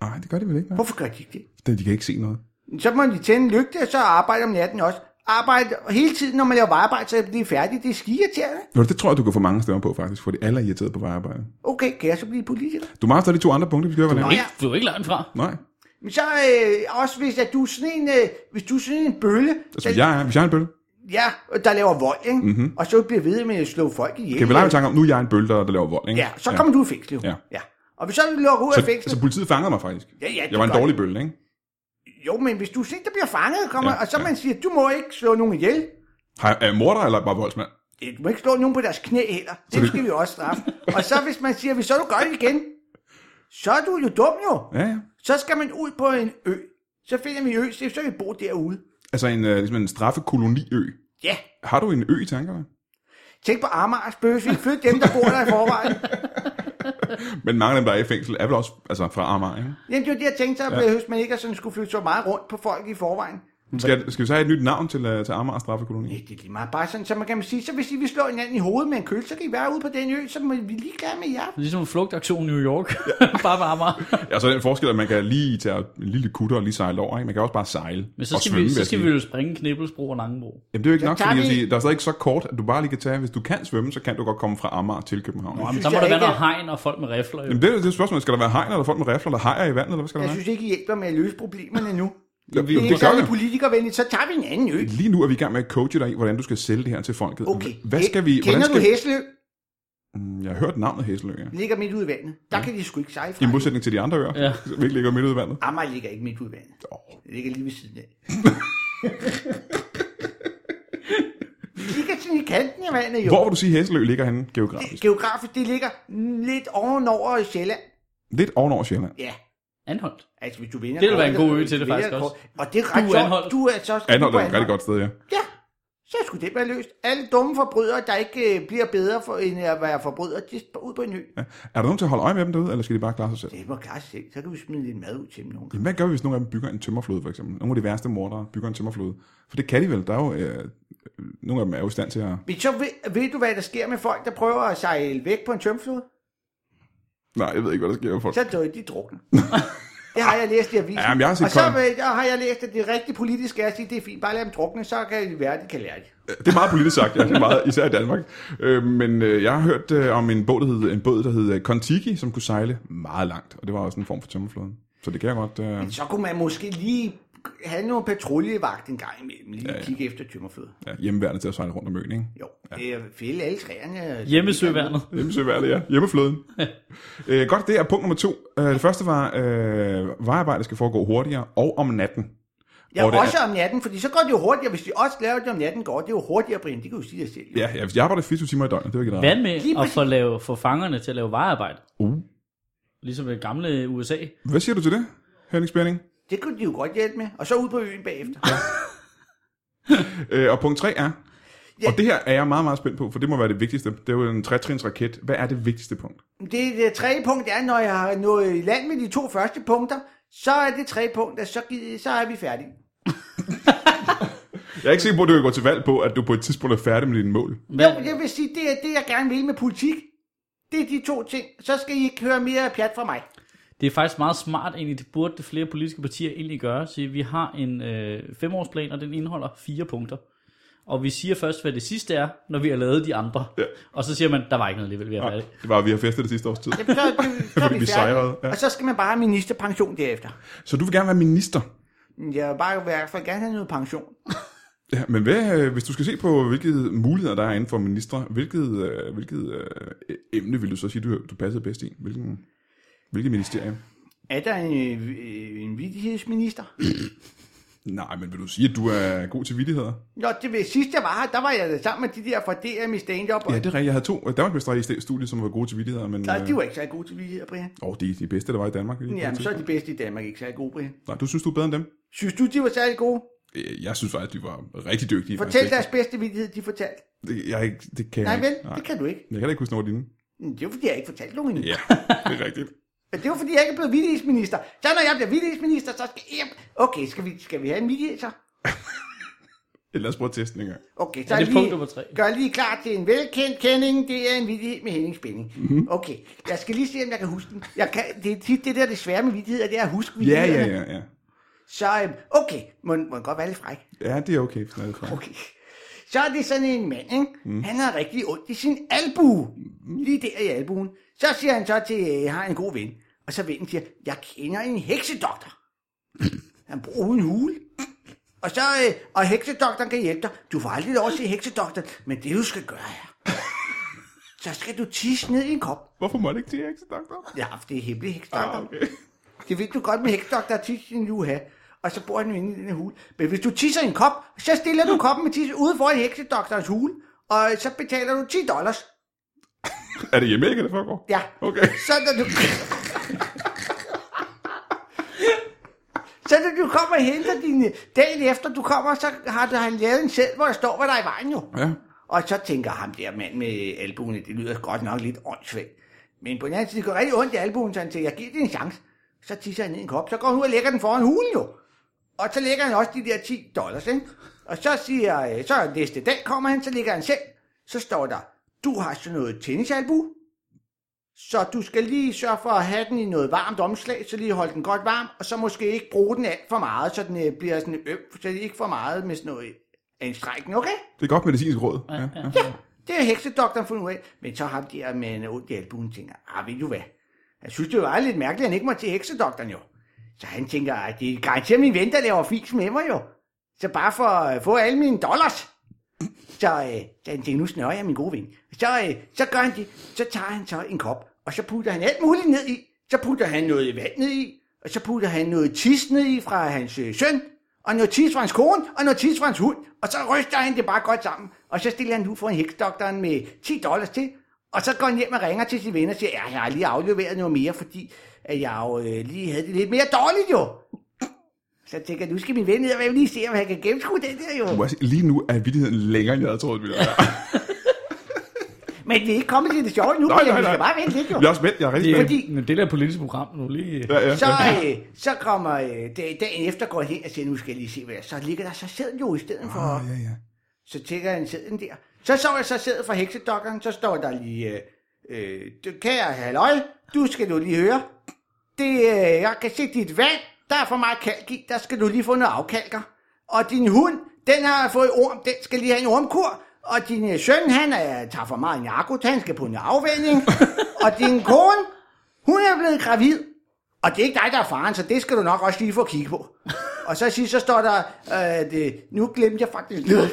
[SPEAKER 1] Nej, det gør det vel ikke, nej.
[SPEAKER 3] Hvorfor gør de ikke det?
[SPEAKER 1] Det- De kan ikke se noget.
[SPEAKER 3] Så må de tænde en lygte, og så arbejde om natten også. Arbejde og hele tiden, når man laver vejarbejde, så bliver de færdige. Det er skirriterende.
[SPEAKER 1] Nå, det tror jeg, du kan få mange stemmer på, faktisk, fordi alle er irriteret på vejarbejde.
[SPEAKER 3] Okay, kan jeg så blive politiker?
[SPEAKER 1] Du må have stadig de to andre punkter, vi skal høre, hvordan
[SPEAKER 3] Nå,
[SPEAKER 1] det
[SPEAKER 3] ja.
[SPEAKER 1] er.
[SPEAKER 2] Du er ikke langt fra.
[SPEAKER 1] Nej.
[SPEAKER 3] Men så øh, også hvis at du er sådan en, øh, hvis du er sådan en bølle,
[SPEAKER 1] Altså,
[SPEAKER 3] der,
[SPEAKER 1] hvis jeg er, hvis jeg Mhm. er en bølle,
[SPEAKER 3] ja, der laver vold, ikke? Mm-hmm. og så bliver ved med at slå folk ihjel.
[SPEAKER 1] kan vi lege med tanke om, nu er jeg en bølle, der, der laver vold, ikke?
[SPEAKER 3] Ja, så kommer ja. du i fængsel. jo.
[SPEAKER 1] Ja.
[SPEAKER 3] ja. Og hvis så lukker ud
[SPEAKER 1] Så,
[SPEAKER 3] af fængsel,
[SPEAKER 1] så politiet fangede mig faktisk.
[SPEAKER 3] Ja, ja, det
[SPEAKER 1] jeg var en
[SPEAKER 3] gør
[SPEAKER 1] dårlig bølle, ikke?
[SPEAKER 3] jo, men hvis du er sådan en, der bliver fanget, kommer,
[SPEAKER 1] Ja,
[SPEAKER 3] og så
[SPEAKER 1] ja.
[SPEAKER 3] man siger, du må ikke slå nogen ihjel.
[SPEAKER 1] Har jeg, er jeg morder eller bare voldsmand?
[SPEAKER 3] Du må ikke slå nogen på deres knæ heller. Det
[SPEAKER 1] det-
[SPEAKER 3] skal vi også straffe. Og så hvis man siger, hvis så du gør det igen, så er du jo dum jo.
[SPEAKER 1] Ja, ja.
[SPEAKER 3] Så skal man ud på en ø. Så finder vi en ø, så kan vi bo derude.
[SPEAKER 1] Altså en, øh, ligesom en straffekoloniø.
[SPEAKER 3] Ja,
[SPEAKER 1] Har du en ø i tankerne?
[SPEAKER 3] tænk på Amager og Spøgesvig. Flyt dem, der bor der i forvejen.
[SPEAKER 1] Men mange af dem, der er i fængsel, er vel også altså, fra Amager, ikke?
[SPEAKER 3] Jamen, det er jo det, jeg tænkte, så ja. hvis man ikke sådan skulle flytte så meget rundt på folk i forvejen.
[SPEAKER 1] Skal, skal vi så have et nyt navn til, uh, til Amager Straffekoloni?
[SPEAKER 3] Det er lige meget bare sådan, så man kan sige, så hvis I vil slå hinanden i hovedet med en køl, så kan I være ude på den ø, så må vi lige glade med jer.
[SPEAKER 2] Ligesom en flugtaktion i New York. Bare bare meget.
[SPEAKER 1] Ja, så er Altså, den forskel, at man kan lige tage en lille kutter og lige sejle over, ikke? Man kan også bare sejle
[SPEAKER 2] Men så
[SPEAKER 1] og
[SPEAKER 2] skal,
[SPEAKER 1] svømme,
[SPEAKER 2] vi,
[SPEAKER 1] vil
[SPEAKER 2] så
[SPEAKER 1] jeg
[SPEAKER 2] skal
[SPEAKER 1] sige.
[SPEAKER 2] vi jo springe Knibbelsbro og Langebro.
[SPEAKER 1] Jamen, det er jo ikke
[SPEAKER 3] Så
[SPEAKER 1] nok,
[SPEAKER 3] tager
[SPEAKER 1] fordi jeg
[SPEAKER 3] vi-
[SPEAKER 1] siger, der er stadig ikke så kort, at du bare lige kan tage, hvis du kan svømme, så kan du godt komme fra Amager til København.
[SPEAKER 2] Jamen,
[SPEAKER 1] Jamen,
[SPEAKER 2] så må
[SPEAKER 3] jeg
[SPEAKER 2] der være
[SPEAKER 3] ikke,
[SPEAKER 2] noget hegn og folk med rifler. Jo.
[SPEAKER 1] det er det er spørgsmålet. Skal der være hegn, eller folk med rifler, eller hejer i vandet, eller hvad skal der
[SPEAKER 3] Jeg
[SPEAKER 1] være?
[SPEAKER 3] synes ikke, I hjælper med at løse problemerne nu.
[SPEAKER 1] Ja,
[SPEAKER 3] Det er
[SPEAKER 1] det
[SPEAKER 3] ikke
[SPEAKER 1] gør
[SPEAKER 3] særlig
[SPEAKER 1] vi.
[SPEAKER 3] politikervenligt, så tager vi en anden ø.
[SPEAKER 1] Lige nu er vi i gang med at coache dig i, hvordan du skal sælge det her til folket.
[SPEAKER 3] Okay.
[SPEAKER 1] Hvad skal vi...
[SPEAKER 3] Kender
[SPEAKER 1] hvordan skal...
[SPEAKER 3] du Hæsleø?
[SPEAKER 1] Mm, Jeg har hørt navnet Hæsselø, ja.
[SPEAKER 3] Den ligger midt ude i vandet. Der kan de sgu ikke sejle fra.
[SPEAKER 1] I modsætning til de andre øer,
[SPEAKER 2] Ja.
[SPEAKER 1] ja. som ikke ligger midt ude i vandet.
[SPEAKER 3] Amager ligger ikke midt ude i vandet. Den ligger lige ved siden af. Den ligger sådan i kanten af vandet, jo.
[SPEAKER 1] Hvor vil du sige, Hæsselø ligger henne
[SPEAKER 3] Det-
[SPEAKER 1] geografisk?
[SPEAKER 3] Geografisk, det ligger lidt ovenover Sjælland.
[SPEAKER 1] Lidt ovenover Sjælland.
[SPEAKER 3] Ja,
[SPEAKER 2] Anholdt.
[SPEAKER 3] altså hvis du vinder...
[SPEAKER 2] Det ville være en
[SPEAKER 3] kortet,
[SPEAKER 2] god ø til
[SPEAKER 3] hvis
[SPEAKER 2] det
[SPEAKER 3] du
[SPEAKER 2] faktisk
[SPEAKER 3] vinder
[SPEAKER 2] også.
[SPEAKER 3] kortet- Og det er ret
[SPEAKER 2] Du er
[SPEAKER 3] sjovt.
[SPEAKER 2] Anholt.
[SPEAKER 3] Du er så...
[SPEAKER 1] Anholdt
[SPEAKER 3] du
[SPEAKER 1] er et rigtig godt sted, ja.
[SPEAKER 3] Ja, så skulle det være løst. Alle dumme forbrydere, der ikke øh, bliver bedre for, end at være forbrydere, de skal ud på en ø.
[SPEAKER 1] Ja. Er der nogen til at holde øje med dem derude, eller skal de bare klare sig selv?
[SPEAKER 3] Det må klare sig selv. Så kan vi smide lidt mad ud til dem nogle gange.
[SPEAKER 1] Jamen, hvad gør vi, hvis nogle af dem bygger en tømmerflod, for eksempel? Nogle af de værste mordere bygger en tømmerflod. For det kan de vel. Der er jo, øh, nogle af dem er jo i stand til at...
[SPEAKER 3] Men så ved, ved du, hvad der sker med folk, der prøver at sejle væk på en tømflod?
[SPEAKER 1] Nej, jeg ved ikke, hvad der sker med folk.
[SPEAKER 3] Så dør de drukner. Det har jeg læst i avisen.
[SPEAKER 1] Ja, men jeg har set
[SPEAKER 3] og så
[SPEAKER 1] Colin-
[SPEAKER 3] øh, jeg har jeg læst, at det rigtig politiske er at sige, det er fint, bare lad dem drukne, så kan de være, de kan lære det.
[SPEAKER 1] Det er meget politisk sagt, ja. Det er meget, især i Danmark. Øh, men øh, jeg har hørt øh, om en båd, der hed, en båd, der hed øh, Kontiki, som kunne sejle meget langt. Og det var også en form for tømmerflåden. Så det kan jeg godt... Øh,
[SPEAKER 3] Så kunne man måske lige have nogle patruljevagt en gang imellem, lige ja, ja. kigge efter tømmerfødder.
[SPEAKER 1] ja, hjemmeværende til at sejle rundt om øen, ikke?
[SPEAKER 3] Jo, ja. det er fælde alle træerne.
[SPEAKER 2] Hjemmesøværnet.
[SPEAKER 1] Hjemmesøværende, ja. Hjemmefløden. øh, godt, det er punkt nummer to. Øh, det første var, øh, vejarbejde skal foregå hurtigere og om natten.
[SPEAKER 3] Ja,
[SPEAKER 1] Hvor det er-
[SPEAKER 3] også om natten, fordi så går det jo hurtigere. Hvis de også laver det om natten, går det jo hurtigere, Brian. Det kan du sige dig selv. jo.
[SPEAKER 1] Ja, ja hvis jeg arbejder 24 timer i døgnet, det er jo ikke
[SPEAKER 2] Hvad
[SPEAKER 1] det.
[SPEAKER 2] med
[SPEAKER 3] Lige
[SPEAKER 2] at få, lave, få fangerne til at lave vejearbejde?
[SPEAKER 1] Uh.
[SPEAKER 2] Ligesom det gamle USA.
[SPEAKER 1] Hvad siger du til det, Henning Spænding?
[SPEAKER 3] Det kunne de jo godt hjælpe med. Og så ud på øen bagefter. Ja.
[SPEAKER 1] Øh, og punkt 3 er,
[SPEAKER 3] Ja.
[SPEAKER 1] og det her er jeg meget, meget spændt på, for det må være det vigtigste. Det er jo en trætrins raket. Hvad er det vigtigste punkt?
[SPEAKER 3] Det, det tredje punkt er, når jeg har nået i land med de to første punkter, så er det tredje punkt, at så, gi- så er vi færdige.
[SPEAKER 1] Jeg er ikke sikker på, at du kan gå til valg på, at du på et tidspunkt er færdig med dine mål.
[SPEAKER 2] Hvad,
[SPEAKER 3] Jo, jeg vil sige, det er det, jeg gerne vil med politik. Det er de to ting. Så skal I ikke høre mere pjat fra mig.
[SPEAKER 2] Det er faktisk meget smart egentlig, det burde det flere politiske partier egentlig gøre. Så vi har en øh, femårsplan, og den indeholder fire punkter. Og vi siger først, hvad det sidste er, når vi har lavet de andre.
[SPEAKER 1] Ja.
[SPEAKER 2] Og så siger man, der var ikke noget alligevel, vi er færdige.
[SPEAKER 1] Det var, at vi har festet det sidste års tid.
[SPEAKER 3] Jamen, Så, så er
[SPEAKER 1] Fordi
[SPEAKER 3] vi
[SPEAKER 1] vi sejrede,
[SPEAKER 3] færdige.
[SPEAKER 1] ja.
[SPEAKER 3] Og så skal man bare have ministerpension derefter.
[SPEAKER 1] Så du vil gerne være minister.
[SPEAKER 3] Jeg vil bare i hvert fald gerne have noget pension.
[SPEAKER 1] Ja, men hvad, øh, hvis du skal se på, hvilke muligheder der er inden for minister, hvilket, øh, hvilket øh, emne vil du så sige, du, du passer bedst i? Hvilken, hvilket ministerium?
[SPEAKER 3] Er der en, øh, en vidighedsminister?
[SPEAKER 1] Nej, men vil du sige, at du er god til vittigheder?
[SPEAKER 3] Nå, det ved sidst jeg var her, der var jeg sammen med de der fra DM i stand-up. Og,
[SPEAKER 1] Ja, det er rigtigt. Jeg havde to Danmarks i studiet, som var gode til vittigheder, men...
[SPEAKER 3] Nej,
[SPEAKER 1] øh,
[SPEAKER 3] de var ikke særlig gode til vidigheder, Brian.
[SPEAKER 1] Åh, de er de bedste, der var i Danmark. lige på det
[SPEAKER 3] Jamen, så er
[SPEAKER 1] tidspunkt.
[SPEAKER 3] de bedste i Danmark ikke særlig gode, Brian.
[SPEAKER 1] Nej, du synes, du er bedre end dem?
[SPEAKER 3] Synes du, de var særlig gode?
[SPEAKER 1] Øh, Jeg synes faktisk, de var rigtig dygtige.
[SPEAKER 3] Fortæl
[SPEAKER 1] faktisk.
[SPEAKER 3] deres bedste vidighed, de fortalte.
[SPEAKER 1] Det, jeg, er ikke- det kan
[SPEAKER 3] Nej,
[SPEAKER 1] jeg
[SPEAKER 3] vel,
[SPEAKER 1] ikke.
[SPEAKER 3] det kan du ikke.
[SPEAKER 1] Jeg kan da ikke huske noget af dine.
[SPEAKER 3] Men Det er jo, fordi jeg ikke fortalte nogen endnu.
[SPEAKER 1] Ja, det er rigtigt.
[SPEAKER 3] Men Det er jo, fordi jeg ikke er blevet vidighedsminister. Så når jeg bliver vidighedsminister, så skal jeg... Okay, skal vi, skal vi have en vidighed så?
[SPEAKER 1] Lad os prøve at teste den en gang.
[SPEAKER 3] Okay, så
[SPEAKER 2] Ja, det er punkt nummer tre.
[SPEAKER 3] lige, gør lige klar til en velkendt kending. Det er en vidighed med Henning Spænding.
[SPEAKER 1] Mhm.
[SPEAKER 3] Mm-hmm. Okay, jeg skal lige se, om jeg kan huske den. Jeg kan, det er tit det der, det svære med vidigheder, det er at huske
[SPEAKER 1] Ja,
[SPEAKER 3] vidighederne.
[SPEAKER 1] ja, ja, ja.
[SPEAKER 3] Så øhm, okay, må, må jeg godt være lidt fræk.
[SPEAKER 1] Ja, det er okay. hvis den er lidt fræk.
[SPEAKER 3] Okay. Så er det sådan en mand, ikke? Mm. han har rigtig ondt i sin albue. Lige der i albuen. Så siger han så til, øh, jeg har en god ven. Og så vennen siger, jeg kender en heksedoktor. han bor uden hule. Og så, øh, og heksedoktoren kan hjælpe dig. Du får aldrig lov at se heksedoktoren, men det du skal gøre her. så skal du tisse ned i en kop.
[SPEAKER 1] Hvorfor må det ikke til jeg ikke til doktor?
[SPEAKER 3] Ja, for det er hemmelig
[SPEAKER 1] Ah,
[SPEAKER 3] heksedoktor.
[SPEAKER 1] okay.
[SPEAKER 3] Det ved du godt med heksedoktor at tisse i en juha. Og så bor han jo inde i den her hule. Men hvis du tisser i en kop, så stiller du koppen med tisse ude foran heksedoktorens hule. Og så betaler du 10 dollars.
[SPEAKER 1] Er det hjemme, ikke, det foregår?
[SPEAKER 3] Ja.
[SPEAKER 1] Okay.
[SPEAKER 3] Så når du... Så når du kommer og henter dine... Dagen efter du kommer, så har du har han lavet en sæd, hvor der står, hvad der er i vejen jo.
[SPEAKER 1] Ja.
[SPEAKER 3] Og så tænker ham der mand med albuen, det lyder godt nok lidt åndssvagt. Men på den anden side, det gør rigtig ondt i albuen, så han tænker, jeg giver det en chance. Så tisser han ned i en kop, så går han ud og lægger den foran hulen jo. Og så lægger han også de der 10 dollars, ikke? Og så siger, øh, så næste dag kommer han, så ligger han selv. Så står der, du har sådan noget tennisalbu, så du skal lige sørge for at have den i noget varmt omslag, så lige holde den godt varm, og så måske ikke bruge den alt for meget, så den øh, bliver sådan øm, så det ikke for meget med sådan noget anstrækning, okay?
[SPEAKER 1] Det er godt medicinsk råd. Ja, ja.
[SPEAKER 3] Ja, det er heksedoktoren fundet ud af. Men så ham der med en ondt i albuen tænker, ah, ved du hvad? Jeg synes, det var lidt mærkeligt, at han ikke måtte til heksedoktoren jo. Så han tænker, at det er garanteret min ven, der laver fiks med mig jo. Så bare for at få alle mine dollars. Så, øh, så han tænker, nu snører jeg min gode ven. Så, øh, så gør han det. Så tager han så en kop, og så putter han alt muligt ned i. Så putter han noget vand ned i, og så putter han noget tis ned i fra hans øh, søn, og noget tis fra hans kone, og noget tis fra hans hund. Og så ryster han det bare godt sammen. Og så stiller han nu for en heksdoktoren med 10 dollars til. Og så går han hjem og ringer til sine venner og siger, ja, jeg har lige afleveret noget mere, fordi at jeg jo øh, lige havde det lidt mere dårligt jo. Så jeg tænker jeg, nu skal min ven ned og jeg vil lige se, om han kan gennemskue det der jo.
[SPEAKER 1] Må jeg sige, Lige nu er vidtigheden længere, end jeg havde troet, det ville være.
[SPEAKER 3] Men vi er ikke kommet til det sjove nu,
[SPEAKER 1] Nej,
[SPEAKER 3] men
[SPEAKER 1] nej,
[SPEAKER 3] vi skal
[SPEAKER 1] nej.
[SPEAKER 3] bare vente lidt jo.
[SPEAKER 1] Jeg er også spændt, jeg er rigtig
[SPEAKER 4] Det er,
[SPEAKER 1] spændt.
[SPEAKER 4] fordi... Men det der politiske program nu lige...
[SPEAKER 1] Ja, ja.
[SPEAKER 3] Så, øh, så kommer øh, dag- dagen efter går jeg hen og siger, nu skal jeg lige se, hvad jeg... Så ligger der så sæden jo i stedet for...
[SPEAKER 1] Åh, ja, ja.
[SPEAKER 3] Så tjekker jeg en sæden der. Så så jeg så sædet fra heksedokkeren, så står der lige, øh, øh, du- kære halløj, du skal du lige høre. Det, øh, jeg kan se dit vand, der er for meget kalk i, der skal du lige få noget afkalker. Og din hund, den har fået orm, den skal lige have en ormkur. Og din øh, søn, han er, tager for meget narko, han skal på en afvænding. og din kone, hun er blevet gravid. Og det er ikke dig, der er faren, så det skal du nok også lige få kigge på. Og så sidst, så står der, øh, det, nu glemte jeg faktisk noget.